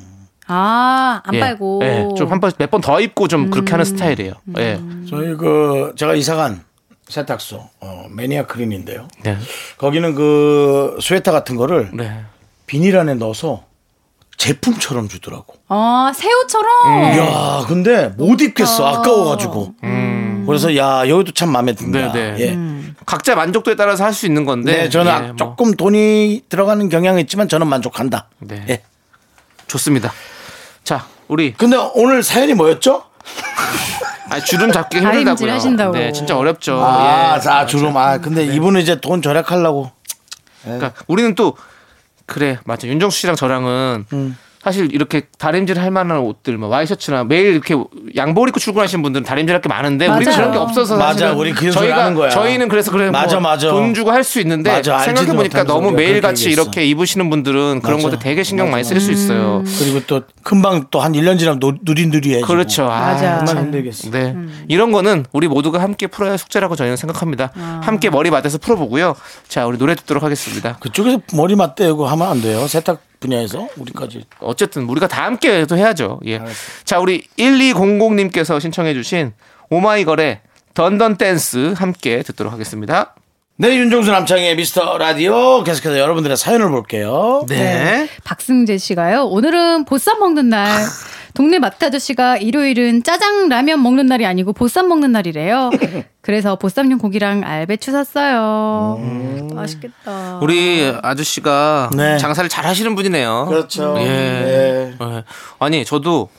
Speaker 5: 아, 안
Speaker 2: 예.
Speaker 5: 빨고. 음.
Speaker 2: 예. 좀한 번 몇 번 더 입고 좀 그렇게 하는 스타일이에요. 예.
Speaker 1: 저희 그 제가 이사간 세탁소 어, 매니아 크린인데요.
Speaker 2: 네.
Speaker 1: 거기는 그 스웨터 같은 거를
Speaker 2: 네.
Speaker 1: 비닐 안에 넣어서 제품처럼 주더라고.
Speaker 5: 아, 새우처럼.
Speaker 1: 야, 근데 못 입겠어. 아까워가지고. 그래서 야, 여기도 참 마음에 든다.
Speaker 2: 음. 네, 네.
Speaker 1: 예.
Speaker 2: 각자 만족도에 따라서 할 수 있는 건데.
Speaker 1: 네, 저는
Speaker 2: 예,
Speaker 1: 아-
Speaker 2: 뭐
Speaker 1: 조금 돈이 들어가는 경향이 있지만 저는 만족한다.
Speaker 2: 네.
Speaker 1: 예.
Speaker 2: 좋습니다. 자, 우리
Speaker 1: 근데 오늘 사연이 뭐였죠?
Speaker 2: 아, 주름 잡기 힘들다고요.
Speaker 5: 다림질 하신다고.
Speaker 2: 네, 진짜 어렵죠.
Speaker 1: 아,
Speaker 2: 예.
Speaker 1: 자, 주름. 아, 근데 이분은 이제 돈 절약하려고. 네.
Speaker 2: 그러니까 우리는 또 그래 맞아 윤정수 씨랑 저랑은
Speaker 1: 음.
Speaker 2: 사실 이렇게 다림질 할 만한 옷들 뭐 와이셔츠나 매일 이렇게 양복 입고 출근하시는 분들은 다림질 할 게 많은데 우리는
Speaker 5: 맞아요.
Speaker 2: 그런 게 없어서
Speaker 1: 맞아,
Speaker 2: 사실은
Speaker 1: 우리 그 소리
Speaker 2: 저희가
Speaker 1: 하는 거야.
Speaker 2: 저희는 그래서 그래 뭐
Speaker 1: 맞아, 맞아.
Speaker 2: 돈 주고 할 수 있는데
Speaker 1: 맞아, 알지도
Speaker 2: 생각해 보니까
Speaker 1: 못하는
Speaker 2: 너무
Speaker 1: 소리야.
Speaker 2: 매일
Speaker 1: 그렇게
Speaker 2: 같이
Speaker 1: 얘기했어.
Speaker 2: 이렇게 입으시는 분들은
Speaker 1: 맞아.
Speaker 2: 그런
Speaker 1: 음.
Speaker 2: 것도 되게 신경 많이 쓸 수 있어요.
Speaker 1: 그리고 또 금방 또 한 1년 지나면 노- 누린누리해지고.
Speaker 2: 그렇죠. 아,
Speaker 5: 맞아.
Speaker 1: 정말 힘들겠어.
Speaker 2: 네. 이런 거는 우리 모두가 함께 풀어야 할 숙제라고 저희는 생각합니다. 함께 머리 맞대서 풀어보고요. 자, 우리 노래 듣도록 하겠습니다.
Speaker 1: 그쪽에서 머리 맞대고 하면 안 돼요. 세탁 분야에서 우리까지.
Speaker 2: 어쨌든 우리가 다 함께 또 해야죠. 예. 자, 우리 1200님께서 신청해 주신 오마이걸의 던던 댄스 함께 듣도록 하겠습니다.
Speaker 1: 네, 윤종수 남창의 미스터 라디오 계속해서 여러분들의 사연을 볼게요.
Speaker 2: 네.
Speaker 5: 박승재 씨가요. 오늘은 보쌈 먹는 날. 동네 마트 아저씨가 일요일은 짜장 라면 먹는 날이 아니고 보쌈 먹는 날이래요. 그래서 보쌈용 고기랑 알배추 샀어요. 맛있겠다.
Speaker 2: 우리 아저씨가
Speaker 1: 네.
Speaker 2: 장사를 잘 하시는 분이네요.
Speaker 1: 그렇죠.
Speaker 2: 예.
Speaker 1: 네.
Speaker 2: 예. 아니, 저도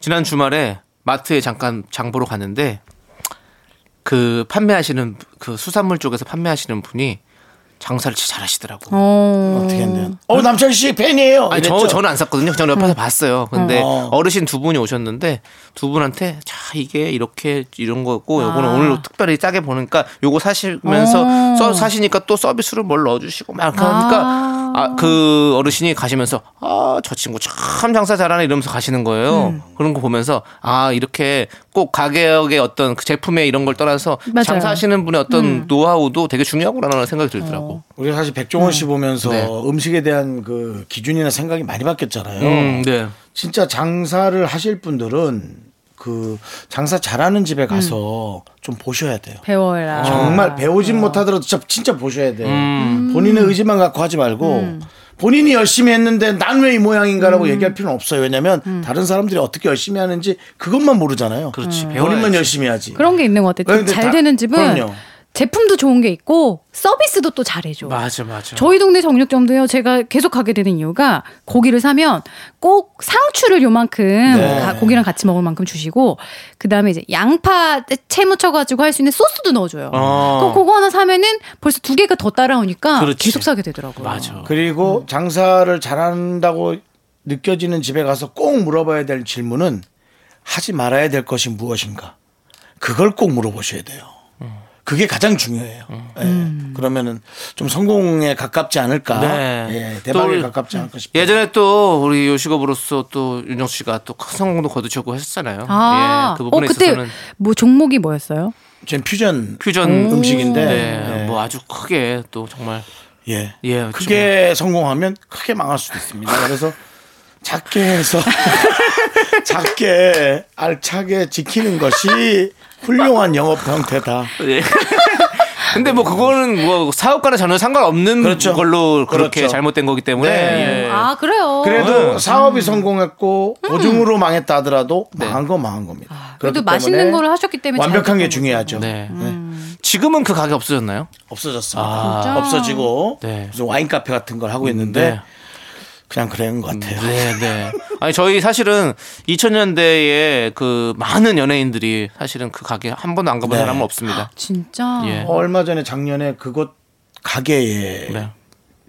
Speaker 2: 지난 주말에 마트에 잠깐 장 보러 갔는데 그 판매하시는 그 수산물 쪽에서 판매하시는 분이 장사를 진짜 잘 하시더라고.
Speaker 5: 어.
Speaker 1: 어떻게 했나요? 어, 남창희 씨 어, 팬이에요.
Speaker 2: 음. 아니 저
Speaker 1: 이랬죠?
Speaker 2: 저는 안 샀거든요. 저는 옆에서 봤어요. 근데
Speaker 1: 어.
Speaker 2: 어르신 두 분이 오셨는데 두 분한테 자 이게 이렇게 이런 거고 요거는
Speaker 5: 아.
Speaker 2: 오늘 특별히 짜게 보니까 요거 사시면서 써 사시니까 또 서비스로 뭘 넣어주시고 막 그러니까
Speaker 5: 아.
Speaker 2: 아, 그 어르신이 가시면서 아 저 친구 참 장사 잘하네 이러면서 가시는 거예요. 그런 거 보면서 아 이렇게 꼭 가게의 어떤 그 제품의 이런 걸 떠나서
Speaker 5: 맞아요.
Speaker 2: 장사하시는 분의 어떤 노하우도 되게 중요하구나라는 생각이 들더라고.
Speaker 1: 우리가 사실 백종원 씨 보면서
Speaker 2: 네.
Speaker 1: 음식에 대한 그 기준이나 생각이 많이 바뀌었잖아요.
Speaker 2: 음, 네.
Speaker 1: 진짜 장사를 하실 분들은 그 장사 잘하는 집에 가서
Speaker 2: 음.
Speaker 1: 좀 보셔야 돼요.
Speaker 2: 아.
Speaker 5: 배워라.
Speaker 1: 정말 배우진 못하더라도 진짜, 진짜 보셔야 돼요.
Speaker 2: 음.
Speaker 1: 본인의 의지만 갖고 하지 말고 본인이 열심히 했는데 난 왜 이 모양인가라고
Speaker 2: 음.
Speaker 1: 얘기할 필요는 없어요. 왜냐하면 다른 사람들이 어떻게 열심히 하는지 그것만 모르잖아요. 음.
Speaker 2: 그렇지.
Speaker 1: 본인만
Speaker 2: 배워야지.
Speaker 1: 열심히 하지.
Speaker 5: 그런 게 있는 것
Speaker 2: 네,
Speaker 5: 같아요.
Speaker 1: 근데
Speaker 5: 잘
Speaker 1: 다-
Speaker 5: 되는 집은
Speaker 1: 그럼요.
Speaker 5: 제품도 좋은 게 있고 서비스도 또 잘해줘.
Speaker 2: 맞아 맞아.
Speaker 5: 저희 동네 정육점도요. 제가 계속 가게 되는 이유가 고기를 사면 꼭 상추를 요만큼
Speaker 1: 네.
Speaker 5: 가- 고기랑 같이 먹을 만큼 주시고 그다음에 이제 양파 채무쳐 가지고 할 수 있는 소스도 넣어줘요.
Speaker 2: 어.
Speaker 5: 그럼 그거 하나 사면은 벌써 두 개가 더 따라오니까
Speaker 2: 그렇지.
Speaker 5: 계속 사게 되더라고요.
Speaker 2: 맞아.
Speaker 1: 그리고 장사를 잘한다고 느껴지는 집에 가서 꼭 물어봐야 될 질문은 하지 말아야 될 것이 무엇인가. 그걸 꼭 물어보셔야 돼요.
Speaker 2: 음.
Speaker 1: 그게 가장 중요해요. 예. 그러면은 좀 성공에 가깝지 않을까.
Speaker 2: 네.
Speaker 1: 예, 대박에
Speaker 2: 또
Speaker 1: 가깝지 않을까 싶어요.
Speaker 2: 예전에 또 우리 요식업으로서 또 윤정 씨가 또 큰 성공도 거두셨고 했었잖아요.
Speaker 5: 아,
Speaker 2: 예, 그
Speaker 5: 어
Speaker 2: 부분에
Speaker 5: 그때
Speaker 2: 있어서는
Speaker 5: 뭐 종목이 뭐였어요?
Speaker 1: 전 퓨전
Speaker 2: 퓨전
Speaker 1: 음식인데.
Speaker 2: 네,
Speaker 1: 예.
Speaker 2: 뭐 아주 크게 또 정말
Speaker 1: 예.
Speaker 2: 예,
Speaker 1: 크게 성공하면 크게 망할 수도 있습니다. 그래서 작게 해서 작게 알차게 지키는 것이 훌륭한 영업 형태다.
Speaker 2: 예. 근데 뭐 그거는 뭐 사업과는 전혀 상관없는
Speaker 1: 그렇죠.
Speaker 2: 걸로 그렇게
Speaker 1: 그렇죠.
Speaker 2: 잘못된 거기 때문에
Speaker 1: 네.
Speaker 2: 예.
Speaker 5: 아 그래요.
Speaker 1: 그래도
Speaker 2: 음.
Speaker 1: 사업이 성공했고 보증으로 망했다 하더라도
Speaker 2: 네.
Speaker 1: 망한 건 망한 겁니다.
Speaker 5: 음. 아, 그래도
Speaker 1: 그렇기
Speaker 5: 맛있는
Speaker 1: 때문에
Speaker 5: 걸 하셨기 때문에
Speaker 1: 완벽한
Speaker 5: 잘
Speaker 1: 게
Speaker 5: 됐던
Speaker 1: 중요하죠.
Speaker 2: 네. 지금은 그 가게 없어졌나요?
Speaker 1: 없어졌습니다.
Speaker 2: 아.
Speaker 5: 진짜?
Speaker 1: 없어지고
Speaker 2: 네.
Speaker 1: 무슨 와인 카페 같은 걸 하고 있는데
Speaker 2: 네.
Speaker 1: 그냥 그런 것 같아요.
Speaker 2: 네, 네. 아니 저희 사실은 2000년대에 그 많은 연예인들이 사실은 그 가게 한 번도 안 가본
Speaker 1: 네.
Speaker 2: 사람은 없습니다.
Speaker 5: 진짜.
Speaker 2: 예.
Speaker 1: 얼마 전에 작년에 그곳 가게에
Speaker 2: 네. 네.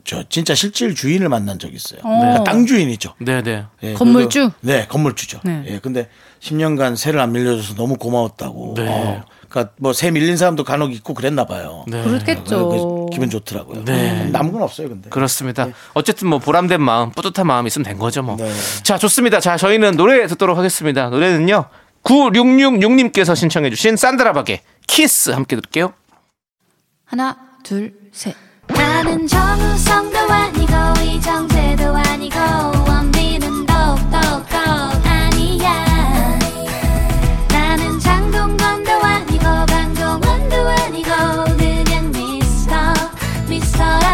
Speaker 1: 저 진짜 실질 주인을 만난 적이 있어요.
Speaker 5: 어.
Speaker 1: 그러니까 땅 주인이죠.
Speaker 2: 네네.
Speaker 1: 예,
Speaker 5: 건물주?
Speaker 1: 그래도- 네, 건물주죠.
Speaker 5: 네.
Speaker 1: 예, 근데 10년간 세를 안 밀려줘서 너무 고마웠다고.
Speaker 2: 네.
Speaker 1: 어, 그러니까 뭐 세 밀린 사람도 간혹 있고 그랬나 봐요. 예,
Speaker 2: 네.
Speaker 5: 그렇겠죠.
Speaker 1: 그래서 기분 좋더라고요. 음,
Speaker 2: 네.
Speaker 1: 남은 건 없어요, 근데.
Speaker 2: 그렇습니다. 어쨌든 뭐 보람된 마음, 뿌듯한 마음 있으면 된 거죠 뭐.
Speaker 1: 네.
Speaker 2: 자, 좋습니다. 자, 저희는 노래 듣도록 하겠습니다. 노래는요. 9666님께서 신청해 주신 산드라박의 키스 함께 들을게요.
Speaker 5: 하나, 둘, 셋.
Speaker 3: 나는 정우성도 아니고 이정재도 아니고 원빈은 더욱더 아니야 나는 장동건도 아니고 강동원도 아니고 그냥 미스터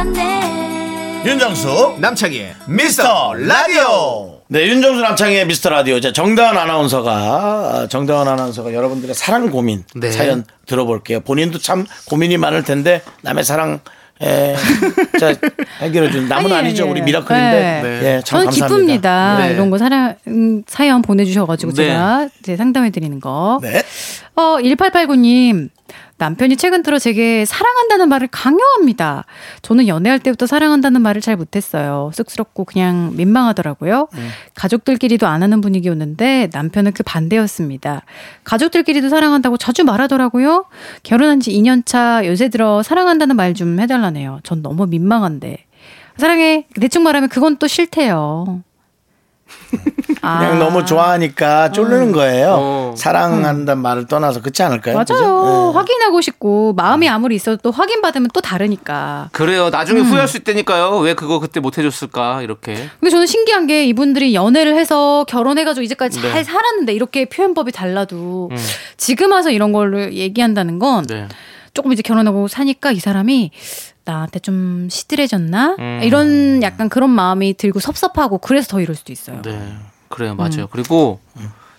Speaker 3: 미스터란데
Speaker 1: 윤정수
Speaker 6: 남창희의 미스터 라디오
Speaker 1: 네, 윤정수 남창의 미스터 라디오. 이제 정다은 아나운서가, 정다은 아나운서가 여러분들의 사랑 고민,
Speaker 2: 네.
Speaker 1: 사연 들어볼게요. 본인도 참 고민이 많을 텐데, 남의 사랑, 에, 자, 해결해준, 남은
Speaker 5: 아니,
Speaker 1: 아니죠
Speaker 5: 아니,
Speaker 1: 우리
Speaker 5: 아니.
Speaker 1: 미라클인데,
Speaker 5: 네.
Speaker 1: 예, 참
Speaker 5: 저는
Speaker 1: 감사합니다.
Speaker 5: 기쁩니다.
Speaker 2: 네.
Speaker 5: 이런 거 사랑, 음, 사연 보내주셔가지고
Speaker 2: 네.
Speaker 5: 제가 이제 상담해드리는 거.
Speaker 1: 네.
Speaker 5: 어, 1889님. 남편이 최근 들어 제게 사랑한다는 말을 강요합니다. 저는 연애할 때부터 사랑한다는 말을 잘 못했어요. 쑥스럽고 그냥 민망하더라고요.
Speaker 1: 네.
Speaker 5: 가족들끼리도 안 하는 분위기였는데 남편은 그 반대였습니다. 가족들끼리도 사랑한다고 자주 말하더라고요. 결혼한 지 2년 차 요새 들어 사랑한다는 말 좀 해달라네요. 전 너무 민망한데. 사랑해. 대충 말하면 그건 또 싫대요.
Speaker 1: 그냥
Speaker 5: 아.
Speaker 1: 너무 좋아하니까 쫄르는 거예요.
Speaker 2: 어.
Speaker 1: 사랑한다는 말을 떠나서 그렇지 않을까요?
Speaker 5: 맞아요.
Speaker 1: 그죠? 네.
Speaker 5: 확인하고 싶고 마음이 아무리 있어도 또 확인받으면 또 다르니까.
Speaker 2: 그래요. 나중에 후회할 수 있다니까요. 왜 그거 그때 못 해줬을까 이렇게.
Speaker 5: 근데 저는 신기한 게 이분들이 연애를 해서 결혼해가지고 이제까지 잘 살았는데 이렇게 표현법이 달라도 지금 와서 이런 걸로 얘기한다는 건
Speaker 2: 네.
Speaker 5: 조금 이제 결혼하고 사니까 이 사람이 나한테 좀 시들해졌나 이런 약간 그런 마음이 들고 섭섭하고 그래서 더 이럴 수도 있어요. 아,
Speaker 2: 네. 그래요. 맞아요. 그리고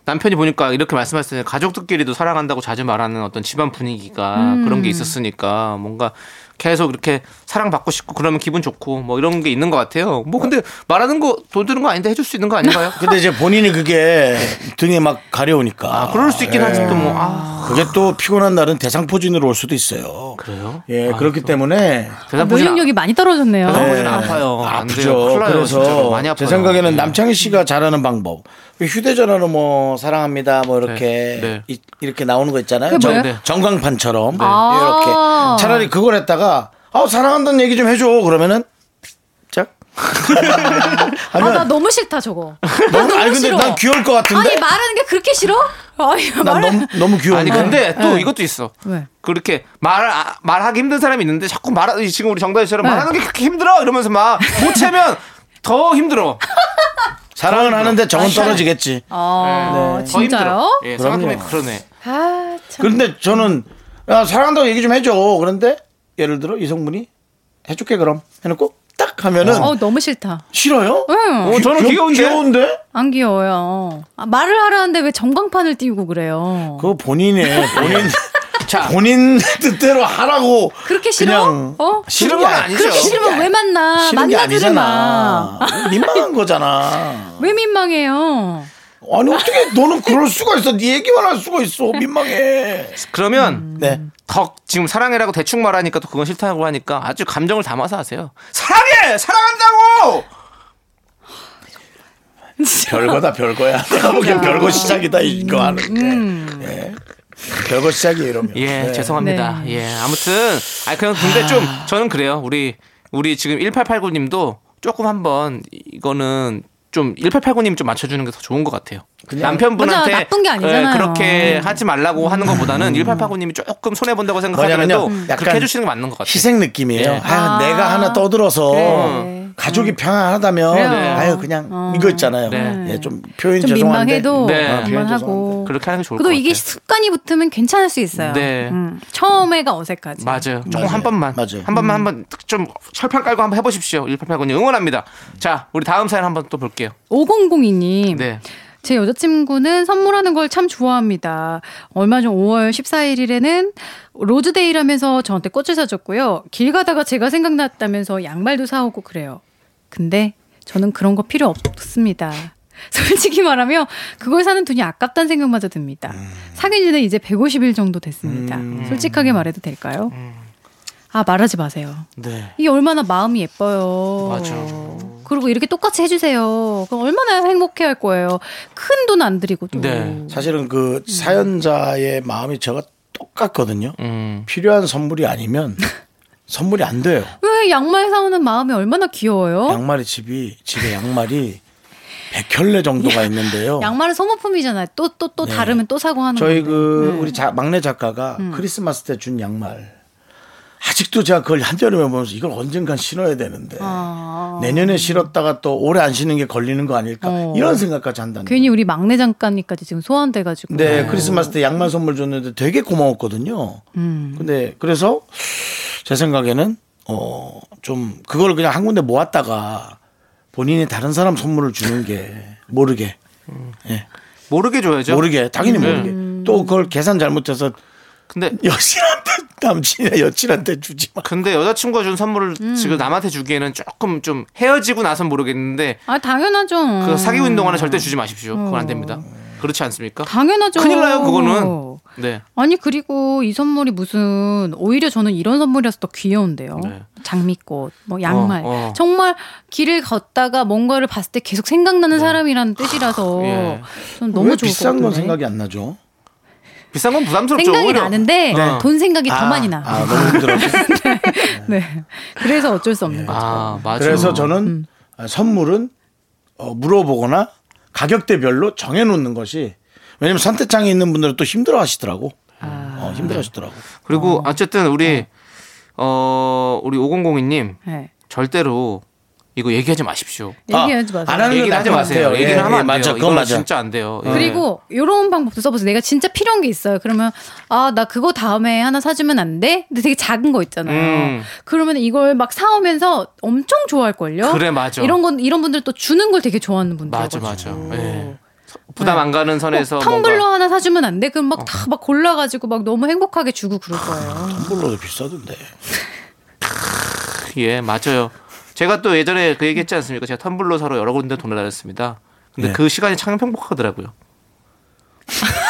Speaker 2: 남편이 보니까 이렇게 말씀하셨잖아요. 가족들끼리도 사랑한다고 자주 말하는 어떤 집안 분위기가 그런 게 있었으니까 뭔가 계속 이렇게 사랑받고 싶고 그러면 기분 좋고 뭐 이런 게 있는 것 같아요. 뭐 근데 말하는 거 돈 드는 거 아닌데 해줄 수 있는 거 아닌가요?
Speaker 1: 근데 이제 본인이 그게 등에 막 가려우니까.
Speaker 2: 아, 그럴 수 있긴
Speaker 1: 예.
Speaker 2: 하지만 뭐, 아.
Speaker 1: 그게 또 피곤한 날은 대상포진으로 올 수도 있어요.
Speaker 2: 그래요? 뭐
Speaker 1: 예,
Speaker 2: 아,
Speaker 1: 그렇기 때문에
Speaker 5: 아,
Speaker 2: 대상포진
Speaker 5: 면역력이 많이 떨어졌네요.
Speaker 2: 아, 대상포진 아파요. 안 돼요.
Speaker 1: 예. 아프죠.
Speaker 2: 큰일 나요, 진짜로.
Speaker 1: 그래서
Speaker 2: 많이 아파요.
Speaker 1: 제 생각에는
Speaker 2: 네.
Speaker 1: 남창희 씨가 잘하는 방법. 그 휴대전화로 뭐 사랑합니다 뭐 이렇게
Speaker 2: 네, 네.
Speaker 1: 이, 렇게 나오는 거 있잖아요.
Speaker 5: 그게
Speaker 1: 정-
Speaker 5: 뭐예요?
Speaker 1: 전광판처럼 예,
Speaker 5: 아.
Speaker 1: 이렇게 차라리 그걸 했다가 아 사랑한다는 얘기 좀 해줘 그러면은 짝
Speaker 5: 아
Speaker 1: 하면
Speaker 5: 나 너무 싫다 저거. 나
Speaker 1: 너무,
Speaker 5: 너무
Speaker 1: 아니 근데
Speaker 5: 싫어.
Speaker 1: 난 귀여울 것 같은데
Speaker 5: 아니 말하는 게 그렇게 싫어? 아니
Speaker 1: 난
Speaker 5: 말하-
Speaker 1: 너무 너무 귀여운
Speaker 2: 아니 근데 또 이것도 있어.
Speaker 5: 왜?
Speaker 2: 그렇게 말 아, 말하기 힘든 사람이 있는데 자꾸 말 지금 우리 정다희 씨처럼
Speaker 5: 네.
Speaker 2: 말하는 게 그렇게 힘들어 이러면서 막 못 채면 더 힘들어.
Speaker 1: 사랑은 하는데 정은 떨어지겠지.
Speaker 5: 어,
Speaker 2: 더 힘들어.
Speaker 5: 진짜요?
Speaker 2: 예,
Speaker 1: 그럼요.
Speaker 2: 생각해보면 그러네.
Speaker 5: 아, 참.
Speaker 1: 그런데 저는 야, 사랑한다고 얘기 좀 해줘. 그런데 예를 들어 이성분이 해줄게 그럼 해놓고 딱
Speaker 2: 그
Speaker 1: 하면은
Speaker 5: 어, 너무 싫다.
Speaker 1: 싫어요?
Speaker 5: 응.
Speaker 2: 어, 저는 귀여운데?
Speaker 1: 귀여운데?
Speaker 5: 안 귀여워요. 아, 말을 하라는데 왜 전광판을 띄우고 그래요?
Speaker 1: 그거 본인의 본인
Speaker 2: 자,
Speaker 1: 본인 뜻대로 하라고
Speaker 5: 그렇게 싫어?
Speaker 1: 그냥
Speaker 5: 어?
Speaker 1: 싫은
Speaker 2: 그건
Speaker 1: 건 아니죠.
Speaker 2: 아니죠.
Speaker 5: 그렇게 싫으면 왜 만나?
Speaker 1: 싫은 게
Speaker 5: 만나지를 마.
Speaker 1: 아니잖아. 민망한 거잖아.
Speaker 5: 왜 민망해요?
Speaker 1: 아니 어떻게 너는 그럴 수가 있어? 네 얘기만 할 수가 있어. 민망해.
Speaker 2: 그러면
Speaker 5: 음.
Speaker 1: 네.
Speaker 2: 덕 지금 사랑해라고 대충 말하니까 또 그건 싫다고 하니까 아주 감정을 담아서 하세요. 사랑해, 사랑한다고.
Speaker 1: 별거다 별거야. 내가
Speaker 5: 그러니까.
Speaker 1: 보기엔 별거 시작이다 이거 하는 게.
Speaker 5: 음.
Speaker 1: 예. 별거 시작이에요 이러면.
Speaker 2: 예,
Speaker 1: 네.
Speaker 2: 죄송합니다. 예, 아무튼 아 그냥 근데 좀 저는 그래요. 우리 우리 지금 1889님도 조금 한번 이거는 좀 1889님 좀 맞춰주는 게 더 좋은 것 같아요. 남편분한테
Speaker 5: 맞아, 나쁜 게 아니잖아요. 네.
Speaker 2: 예, 그렇게 하지 말라고 하는 것보다는 1889님이 조금 손해 본다고 생각하더라도
Speaker 1: 음. 뭐냐면요,
Speaker 2: 그렇게
Speaker 1: 약간
Speaker 2: 해주시는 게 맞는 것 같아요.
Speaker 1: 희생 느낌이에요.
Speaker 2: 예.
Speaker 1: 아, 내가 하나 떠들어서
Speaker 2: 네.
Speaker 5: 그래.
Speaker 1: 가족이 평안하다면
Speaker 5: 그래요.
Speaker 1: 아유 그냥 이거 있잖아요.
Speaker 2: 음. 네.
Speaker 1: 예, 좀 표현
Speaker 5: 어. 좀
Speaker 1: 죄송한데 어,
Speaker 5: 민망해도
Speaker 2: 네.
Speaker 5: 그만 하고.
Speaker 2: 그렇게 하는 게 좋을 것
Speaker 5: 그래도
Speaker 2: 같아요.
Speaker 5: 이게 습관이 붙으면 괜찮을 수 있어요.
Speaker 2: 네.
Speaker 5: 음, 처음에가 어색하지.
Speaker 2: 맞아요. 조금
Speaker 1: 맞아요.
Speaker 2: 한 번만.
Speaker 1: 맞아요. 음.
Speaker 2: 한 번만 한번 좀 철판 깔고 한번 해보십시오. 1889님 응원합니다. 자, 우리 다음 사연 한번 또 볼게요.
Speaker 5: 5002님.
Speaker 2: 네.
Speaker 5: 제 여자친구는 선물하는 걸 참 좋아합니다. 얼마 전 5월 14일에는 로즈데이라면서 저한테 꽃을 사줬고요. 길 가다가 제가 생각났다면서 양말도 사오고 그래요. 근데 저는 그런 거 필요 없습니다. 솔직히 말하면 그걸 사는 돈이 아깝다는 생각마저
Speaker 2: 음.
Speaker 5: 듭니다. 사귄 지는 이제 150일 정도 됐습니다. 솔직하게 말해도 될까요? 아 말하지 마세요.
Speaker 2: 음. 네.
Speaker 5: 이게 얼마나 마음이 예뻐요.
Speaker 2: 맞아.
Speaker 5: 그리고 이렇게 똑같이 해주세요. 그럼 얼마나 행복해할 거예요. 큰 돈 안 들이고 또.
Speaker 2: 네.
Speaker 1: 사실은 그 사연자의 마음이 제가 똑같거든요.
Speaker 2: 음.
Speaker 1: 필요한 선물이 아니면 선물이 안 돼요.
Speaker 5: 왜 양말 사오는 마음이 얼마나 귀여워요?
Speaker 1: 양말이 집이 집에 양말이 100켤레 정도가 있는데요.
Speaker 5: 양말... 은 소모품이잖아요. 또 또 또
Speaker 1: 네.
Speaker 5: 다르면 또 사고 하는
Speaker 1: 저희
Speaker 5: 건데.
Speaker 1: 그
Speaker 5: 네. 음.
Speaker 1: 우리 자- 막내 작가가 크리스마스 때 준 양말 아직도 제가 그걸 한여름에 보면서 이걸 언젠간 신어야 되는데
Speaker 5: 아.
Speaker 1: 내년에 신었다가 또 올해 안 신는 게 걸리는 거 아닐까
Speaker 5: 어.
Speaker 1: 이런 생각까지 한다는
Speaker 5: 괜히 어. 우리 막내 장관님까지 지금 소환돼가지고.
Speaker 1: 근데
Speaker 2: 네,
Speaker 1: 크리스마스 때 양말 선물 줬는데 되게 고마웠거든요.
Speaker 5: 음.
Speaker 1: 근데 그래서 제 생각에는 어 좀 그걸 그냥 한 군데 모았다가 본인이 다른 사람 선물을 주는 게 모르게
Speaker 2: 모르게 줘야죠.
Speaker 1: 모르게
Speaker 5: 음.
Speaker 1: 당연히
Speaker 2: 네.
Speaker 1: 모르게 또 그걸 계산 잘못해서
Speaker 2: 근데
Speaker 1: 여친한테 남친이나 여친한테 주지 마.
Speaker 2: 근데 여자친구가 준 선물을
Speaker 5: 음.
Speaker 2: 지금 남한테 주기에는 조금 좀 헤어지고 나선 모르겠는데
Speaker 5: 아 당연하죠.
Speaker 2: 그 사귀고 있는 동안은 절대 주지 마십시오.
Speaker 5: 음.
Speaker 2: 그건 안 됩니다. 그렇지 않습니까?
Speaker 5: 당연하죠.
Speaker 2: 큰일 나요 그거는. 네.
Speaker 5: 아니 그리고 이 선물이 무슨 오히려 저는 이런 선물이라서 더 귀여운데요.
Speaker 2: 네.
Speaker 5: 장미꽃, 뭐 양말.
Speaker 2: 어, 어.
Speaker 5: 정말 길을 걷다가 뭔가를 봤을 때 계속 생각나는 사람이라는 뜻이라서
Speaker 2: 네. 예.
Speaker 5: 전 너무
Speaker 1: 왜
Speaker 5: 좋을
Speaker 1: 비싼
Speaker 5: 것
Speaker 1: 건
Speaker 5: 같은데.
Speaker 1: 생각이 안 나죠.
Speaker 2: 비싼 건 부담스럽죠.
Speaker 5: 생각이
Speaker 2: 오히려.
Speaker 5: 나는데
Speaker 2: 네.
Speaker 5: 돈 생각이 더
Speaker 1: 아,
Speaker 5: 많이 나.
Speaker 1: 아, 너무 힘들어.
Speaker 5: 네. 그래서 어쩔 수 없는 거죠.
Speaker 2: 아 맞아.
Speaker 1: 그래서
Speaker 5: 음.
Speaker 1: 저는 아, 선물은 어, 물어보거나 가격대별로 정해놓는 것이 왜냐면 선택장에 있는 분들은 또 힘들어하시더라고.
Speaker 5: 아.
Speaker 1: 어, 힘들어하시더라고.
Speaker 2: 그리고 어쨌든 우리 어 우리 5002님
Speaker 5: 네.
Speaker 2: 절대로 이거 얘기하지 마십시오.
Speaker 5: 얘기하지
Speaker 1: 아,
Speaker 5: 마세요.
Speaker 1: 안 하는 건
Speaker 2: 얘기를 하지
Speaker 1: 나쁜 것
Speaker 2: 마세요.
Speaker 1: 같아요.
Speaker 2: 얘기를
Speaker 1: 예,
Speaker 2: 하면
Speaker 1: 예,
Speaker 2: 안
Speaker 1: 맞아.
Speaker 2: 돼요.
Speaker 1: 그건
Speaker 2: 이건
Speaker 1: 맞아.
Speaker 2: 진짜 안 돼요. 예.
Speaker 5: 그리고 요런 방법도 써보세요. 내가 진짜 필요한 게 있어요. 그러면 아 나 그거 다음에 하나 사주면 안 돼? 근데 되게 작은 거 있잖아요.
Speaker 2: 음.
Speaker 5: 그러면 이걸 막 사오면서 엄청 좋아할 걸요.
Speaker 2: 그래, 맞아.
Speaker 5: 이런 건 이런 분들 또 주는 걸 되게 좋아하는 분들.
Speaker 2: 맞아
Speaker 1: 그렇죠. 음.
Speaker 2: 맞아. 예. 부담
Speaker 5: 네.
Speaker 2: 안 가는 선에서
Speaker 5: 텀블러
Speaker 2: 뭔가 어.
Speaker 5: 하나 사주면 안 돼? 그럼 막 다 막 골라가지고 막 너무 행복하게 주고 그럴 거예요.
Speaker 1: 선물로도 비싸던데.
Speaker 2: 예 맞아요. 제가 또 예전에 그 얘기했지 않습니까? 제가 텀블러 사러 여러 군데 돈을 날렸습니다. 근데
Speaker 1: 네.
Speaker 2: 그 시간이 참 행복하더라고요.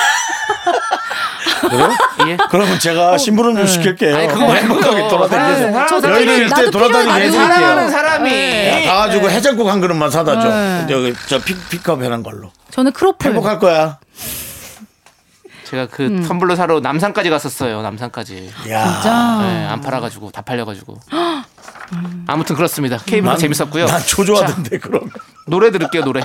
Speaker 1: 그래요?
Speaker 2: 예.
Speaker 1: 그러면
Speaker 5: 어,
Speaker 1: 제가 심부름
Speaker 5: 네.
Speaker 1: 좀 시킬게요. 네. 어,
Speaker 2: 아니, 그거 말고요.
Speaker 1: 행복하게 돌아다니세요.
Speaker 2: 아, 저
Speaker 1: 여의도
Speaker 5: 사람이-
Speaker 1: 일대
Speaker 5: 나도 필요해,
Speaker 1: 돌아다니게
Speaker 5: 나도.
Speaker 2: 사랑하는
Speaker 1: 해드릴게요.
Speaker 2: 사람이
Speaker 5: 네.
Speaker 1: 야, 예, 가가지고 해장국 한 그릇만 사다 줘. 여기 저 픽, 픽업 해란 걸로.
Speaker 5: 저는 크로플.
Speaker 1: 행복할 거야.
Speaker 2: 제가 그
Speaker 5: 음.
Speaker 2: 텀블러 사러 남산까지 갔었어요. 남산까지.
Speaker 1: 야.
Speaker 5: 진짜.
Speaker 2: 예, 안 팔아가지고 다 팔려가지고. 아무튼 그렇습니다. 케이블 재밌었고요.
Speaker 1: 난
Speaker 2: 자,
Speaker 1: 초조하던데 그럼.
Speaker 2: 노래 들을게요 노래.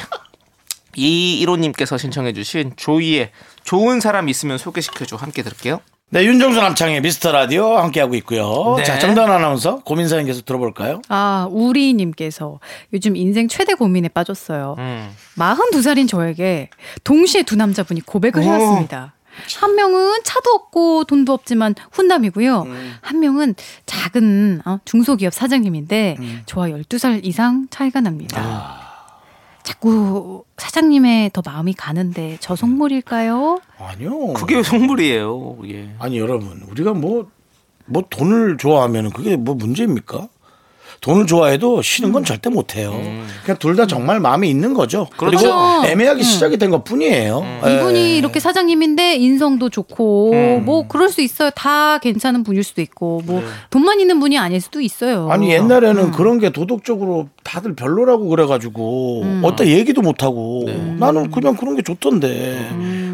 Speaker 2: 이일호님께서 신청해주신 조이의 좋은 사람 있으면 소개시켜줘 함께 들을게요.
Speaker 1: 네, 윤정수 남창의 미스터 라디오 함께하고 있고요.
Speaker 2: 네.
Speaker 1: 자, 정단 아나운서 고민 사연 계속 들어볼까요?
Speaker 5: 아 우리님께서 요즘 인생 최대 고민에 빠졌어요.
Speaker 2: 음.
Speaker 5: 42살인 저에게 동시에 두 남자분이
Speaker 1: 어.
Speaker 5: 고백을 해왔습니다. 한 명은 차도 없고 돈도 없지만 훈남이고요.
Speaker 1: 음.
Speaker 5: 한 명은 작은 어, 중소기업 사장님인데
Speaker 1: 음.
Speaker 5: 저와 12살 이상 차이가 납니다.
Speaker 1: 아.
Speaker 5: 자꾸 사장님의 더 마음이 가는데 저 속물일까요?
Speaker 1: 아니요.
Speaker 2: 그게 왜 성물이에요. 예.
Speaker 1: 아니 여러분, 우리가 뭐, 뭐 돈을 좋아하면 그게 뭐 문제입니까? 돈을 좋아해도 쉬는 건 절대 못 해요. 그냥 둘 다 정말 마음이 있는 거죠.
Speaker 2: 그렇죠.
Speaker 1: 리고
Speaker 5: 맞아.
Speaker 1: 애매하게 시작이 된 것 음. 뿐이에요. 예. 음.
Speaker 5: 이분이 이렇게 사장님인데 인성도 좋고 뭐 그럴 수 있어요. 다 괜찮은 분일 수도 있고 뭐 돈만 있는 분이 아닐 수도 있어요.
Speaker 1: 네. 아니 옛날에는 그런 게 도덕적으로 다들 별로라고 그래가지고 어떤 얘기도 못 하고 나는 그냥 그런 게 좋던데.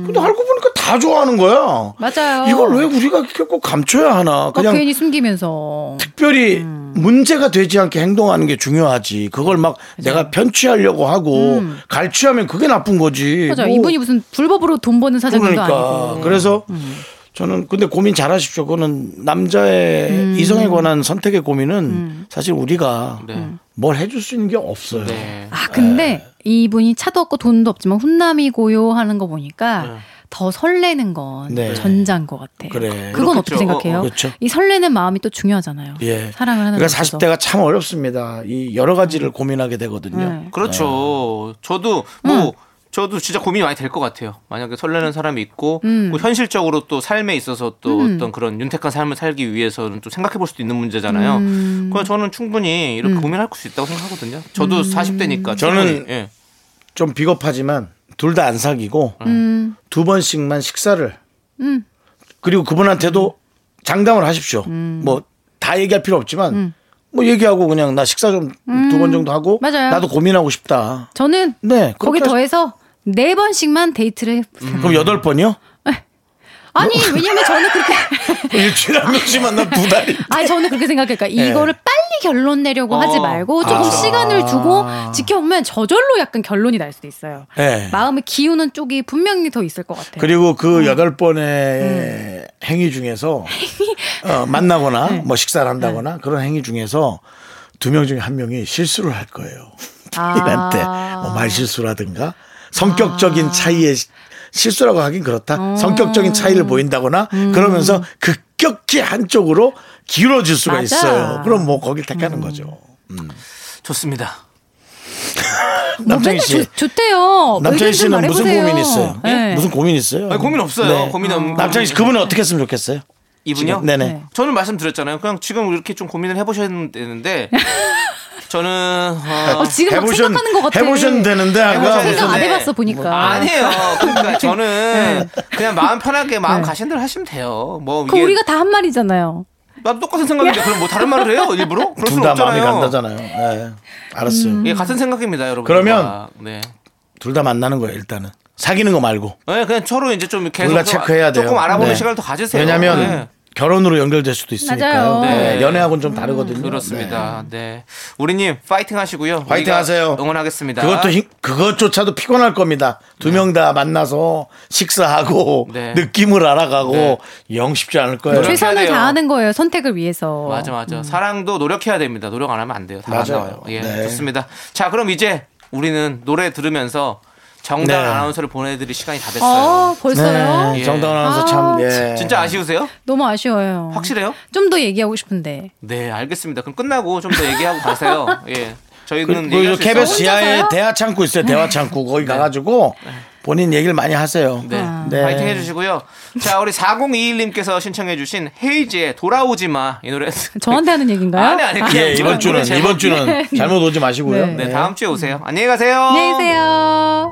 Speaker 1: 근데 알고 보니까 다 좋아하는 거야.
Speaker 5: 맞아요.
Speaker 1: 이걸 왜 우리가 이렇게 꼭 감춰야 하나?
Speaker 5: 어,
Speaker 1: 그냥
Speaker 5: 괜히 음. 숨기면서
Speaker 1: 특별히 문제가 되지 않게 행동하는 게 중요하지. 그걸 막 내가 편취하려고 하고 갈취하면 그게 나쁜 거지.
Speaker 5: 맞아.
Speaker 1: 뭐
Speaker 5: 음. 이분이 무슨 불법으로 돈 버는 사장님도
Speaker 1: 그러니까
Speaker 5: 아니고. 음.
Speaker 1: 그래서 저는 근데 고민 잘하십시오. 그거는 남자의
Speaker 5: 음.
Speaker 1: 이성에 관한 선택의 고민은 사실 우리가
Speaker 2: 네.
Speaker 1: 뭘 해줄 수 있는 게 없어요.
Speaker 2: 네.
Speaker 5: 아 근데 이분이 차도 없고 돈도 없지만 훈남이고요 하는 거 보니까 더 설레는 건
Speaker 1: 네.
Speaker 5: 전자인 것 같아.
Speaker 1: 그래.
Speaker 5: 그건
Speaker 2: 그렇겠죠.
Speaker 5: 어떻게 생각해요?
Speaker 1: 어, 그렇죠.
Speaker 5: 이 설레는 마음이 또 중요하잖아요.
Speaker 1: 예.
Speaker 5: 사랑을 하는
Speaker 1: 그러니까
Speaker 5: 데서.
Speaker 1: 40대가 참 어렵습니다. 이 여러 가지를 고민하게 되거든요.
Speaker 5: 네.
Speaker 2: 그렇죠. 저도 뭐 저도 진짜 고민이 많이 될 것 같아요. 만약에 설레는 사람이 있고 그 현실적으로 또 삶에 있어서 또 어떤 그런 윤택한 삶을 살기 위해서는 또 생각해 볼 수도 있는 문제잖아요. 그래서 저는 충분히 이렇게 고민할 수 있다고 생각하거든요. 저도 40대니까
Speaker 1: 저는-
Speaker 2: 예.
Speaker 1: 좀 비겁하지만 둘 다 안 사귀고 두 번씩만 식사를 그리고 그분한테도 장담을 하십시오. 뭐 다 얘기할 필요 없지만 뭐 얘기하고 그냥 나 식사 좀 두 번 정도 하고
Speaker 5: 맞아요.
Speaker 1: 나도 고민하고 싶다.
Speaker 5: 저는
Speaker 1: 네, 그렇게
Speaker 5: 거기
Speaker 1: 하시-
Speaker 5: 더해서 네 번씩만 데이트를 해보세요.
Speaker 1: 그럼 여덟 번이요?
Speaker 5: 아니
Speaker 1: 뭐.
Speaker 5: 왜냐면 저는 그렇게
Speaker 1: 일주일에 한 명씩 만나 두 달이.
Speaker 5: 아니 저는 그렇게 생각해요. 그러니까
Speaker 1: 네.
Speaker 5: 이거를 빨리 결론 내려고
Speaker 2: 어.
Speaker 5: 하지 말고 조금
Speaker 1: 아.
Speaker 5: 시간을 두고 지켜보면 저절로 약간 결론이 날 수도 있어요.
Speaker 1: 네.
Speaker 5: 마음을 기우는 쪽이 분명히 더 있을 것 같아요.
Speaker 1: 그리고
Speaker 5: 음.
Speaker 1: 그 여덟 번의 행위 중에서 어, 만나거나
Speaker 5: 네.
Speaker 1: 뭐 식사를 한다거나 그런 행위 중에서 두 명 중에 한 명이 실수를 할 거예요.
Speaker 5: 아.
Speaker 1: 본인한테 뭐말 실수라든가
Speaker 5: 아.
Speaker 1: 성격적인 차이의 시- 실수라고 하긴 그렇다.
Speaker 5: 음.
Speaker 1: 성격적인 차이를 보인다거나 그러면서 급격히 한쪽으로 기울어질 수가
Speaker 5: 맞아. 음.
Speaker 1: 있어요. 그럼 뭐 거길 택하는 거죠.
Speaker 2: 좋습니다.
Speaker 1: 남창희 씨.
Speaker 5: 뭐 맨날 어, 좋, 대요
Speaker 1: 남창희 씨는 무슨 고민 있어요? 예?
Speaker 5: 네.
Speaker 1: 무슨 고민 있어요?
Speaker 2: 아니, 고민 없어요.
Speaker 1: 네.
Speaker 2: 고민 없는
Speaker 1: 남창희 씨 그분은 어떻게 했으면 좋겠어요?
Speaker 2: 이분요?
Speaker 1: 네네.
Speaker 5: 네.
Speaker 2: 저는 말씀드렸잖아요. 그냥 지금 이렇게 좀 고민을 해보셔야 되는데 저는 어,
Speaker 5: 어, 지금 막
Speaker 1: 해보셨-
Speaker 5: 생각하는 것 같아.
Speaker 1: 해보셨는 되는데 아까
Speaker 2: 해보셨-
Speaker 5: 생각 안
Speaker 2: 네.
Speaker 5: 해봤어 보니까.
Speaker 2: 아니에요. 그러니까 저는 그냥 마음 편하게 마음 가신 대로 하시면 돼요. 뭐
Speaker 5: 네. 그
Speaker 2: 이게
Speaker 5: 우리가 다 한 말이잖아요.
Speaker 2: 나도 똑같은 생각인데 그럼 뭐 다른 말을 해요 일부러? 그럴
Speaker 1: 둘
Speaker 2: 수는
Speaker 1: 다 마음이
Speaker 2: 없잖아요.
Speaker 1: 간다잖아요. 네. 알았어요.
Speaker 5: 음.
Speaker 2: 예, 같은 생각입니다, 여러분.
Speaker 1: 그러면-
Speaker 2: 네.
Speaker 1: 둘 다 만나는 거예요, 일단은. 사귀는 거 말고.
Speaker 2: 네, 그냥 서로 이제 좀 계속
Speaker 1: 둘 다 체크해야 돼요.
Speaker 2: 조금 알아보는
Speaker 1: 네.
Speaker 2: 시간을 더 가지세요.
Speaker 1: 왜냐면
Speaker 2: 네.
Speaker 1: 결혼으로 연결될 수도 있으니까요.
Speaker 5: 맞아요. 음,
Speaker 1: 네,
Speaker 2: 네.
Speaker 1: 연애하고는 좀 다르거든요.
Speaker 2: 그렇습니다. 네. 우리님 파이팅 하시고요.
Speaker 1: 파이팅
Speaker 2: 우리가
Speaker 1: 하세요. 네.
Speaker 2: 응원하겠습니다.
Speaker 1: 그것도 힘- 그것조차도 피곤할 겁니다. 두 명 다 만나서 식사하고
Speaker 2: 네.
Speaker 1: 느낌을 알아가고
Speaker 2: 네.
Speaker 1: 영 쉽지 않을 거예요.
Speaker 2: 노력해야
Speaker 5: 최선을
Speaker 2: 돼요.
Speaker 5: 다하는 거예요. 선택을 위해서.
Speaker 2: 맞아 맞아. 사랑도 노력해야 됩니다. 노력 안 하면 안 돼요. 다
Speaker 1: 어. 음. 맞아요.
Speaker 2: 나와요. 예,
Speaker 1: 네.
Speaker 2: 좋습니다. 자, 그럼 이제 우리는 노래 들으면서 정답
Speaker 1: 네.
Speaker 2: 아나운서를 보내드릴 시간이 다 됐어요.
Speaker 5: 어, 벌써요?
Speaker 1: 네,
Speaker 2: 예.
Speaker 1: 정당 아나운서
Speaker 5: 아,
Speaker 1: 참 예.
Speaker 2: 진짜 아쉬우세요?
Speaker 5: 너무 아쉬워요.
Speaker 2: 확실해요?
Speaker 5: 좀 더 얘기하고 싶은데.
Speaker 2: 네, 알겠습니다. 그럼 끝나고 좀 더 얘기하고 가세요. 예, 저희는
Speaker 1: 그,
Speaker 2: 얘기할
Speaker 1: 그
Speaker 2: 수 있어요.
Speaker 1: KBS 지하에
Speaker 5: 혼자서요? 네.
Speaker 1: 대화 창구 있어요. 대화 창구 거기 가가지고 본인 얘기를 많이 하세요.
Speaker 2: 네.
Speaker 5: 아.
Speaker 2: 파이팅 해주시고요. 자, 우리 4021님께서 신청해주신 헤이지의 돌아오지 마. 이 노래.
Speaker 5: 저한테 하는 얘기인가요?
Speaker 2: 아니, 아니, 그냥
Speaker 1: 예, 이번 주는
Speaker 2: 제목.
Speaker 1: 이번 주는 잘못 오지 마시고요.
Speaker 5: 네.
Speaker 2: 네, 다음 주에 오세요. 안녕히 가세요.
Speaker 5: 안녕히 계세요.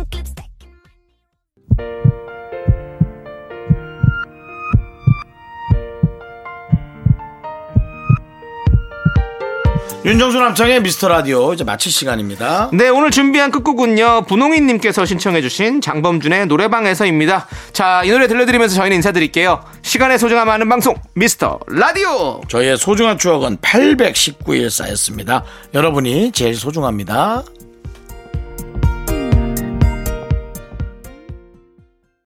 Speaker 1: 윤정수 남창의 미스터 라디오 이제 마칠 시간입니다.
Speaker 2: 네, 오늘 준비한 끝곡은요. 분홍이님께서 신청해주신 장범준의 노래방에서입니다. 자, 이 노래 들려드리면서 저희는 인사드릴게요. 시간의 소중함 아는 방송, 미스터 라디오!
Speaker 1: 저희의 소중한 추억은 819일 쌓였습니다. 여러분이 제일 소중합니다.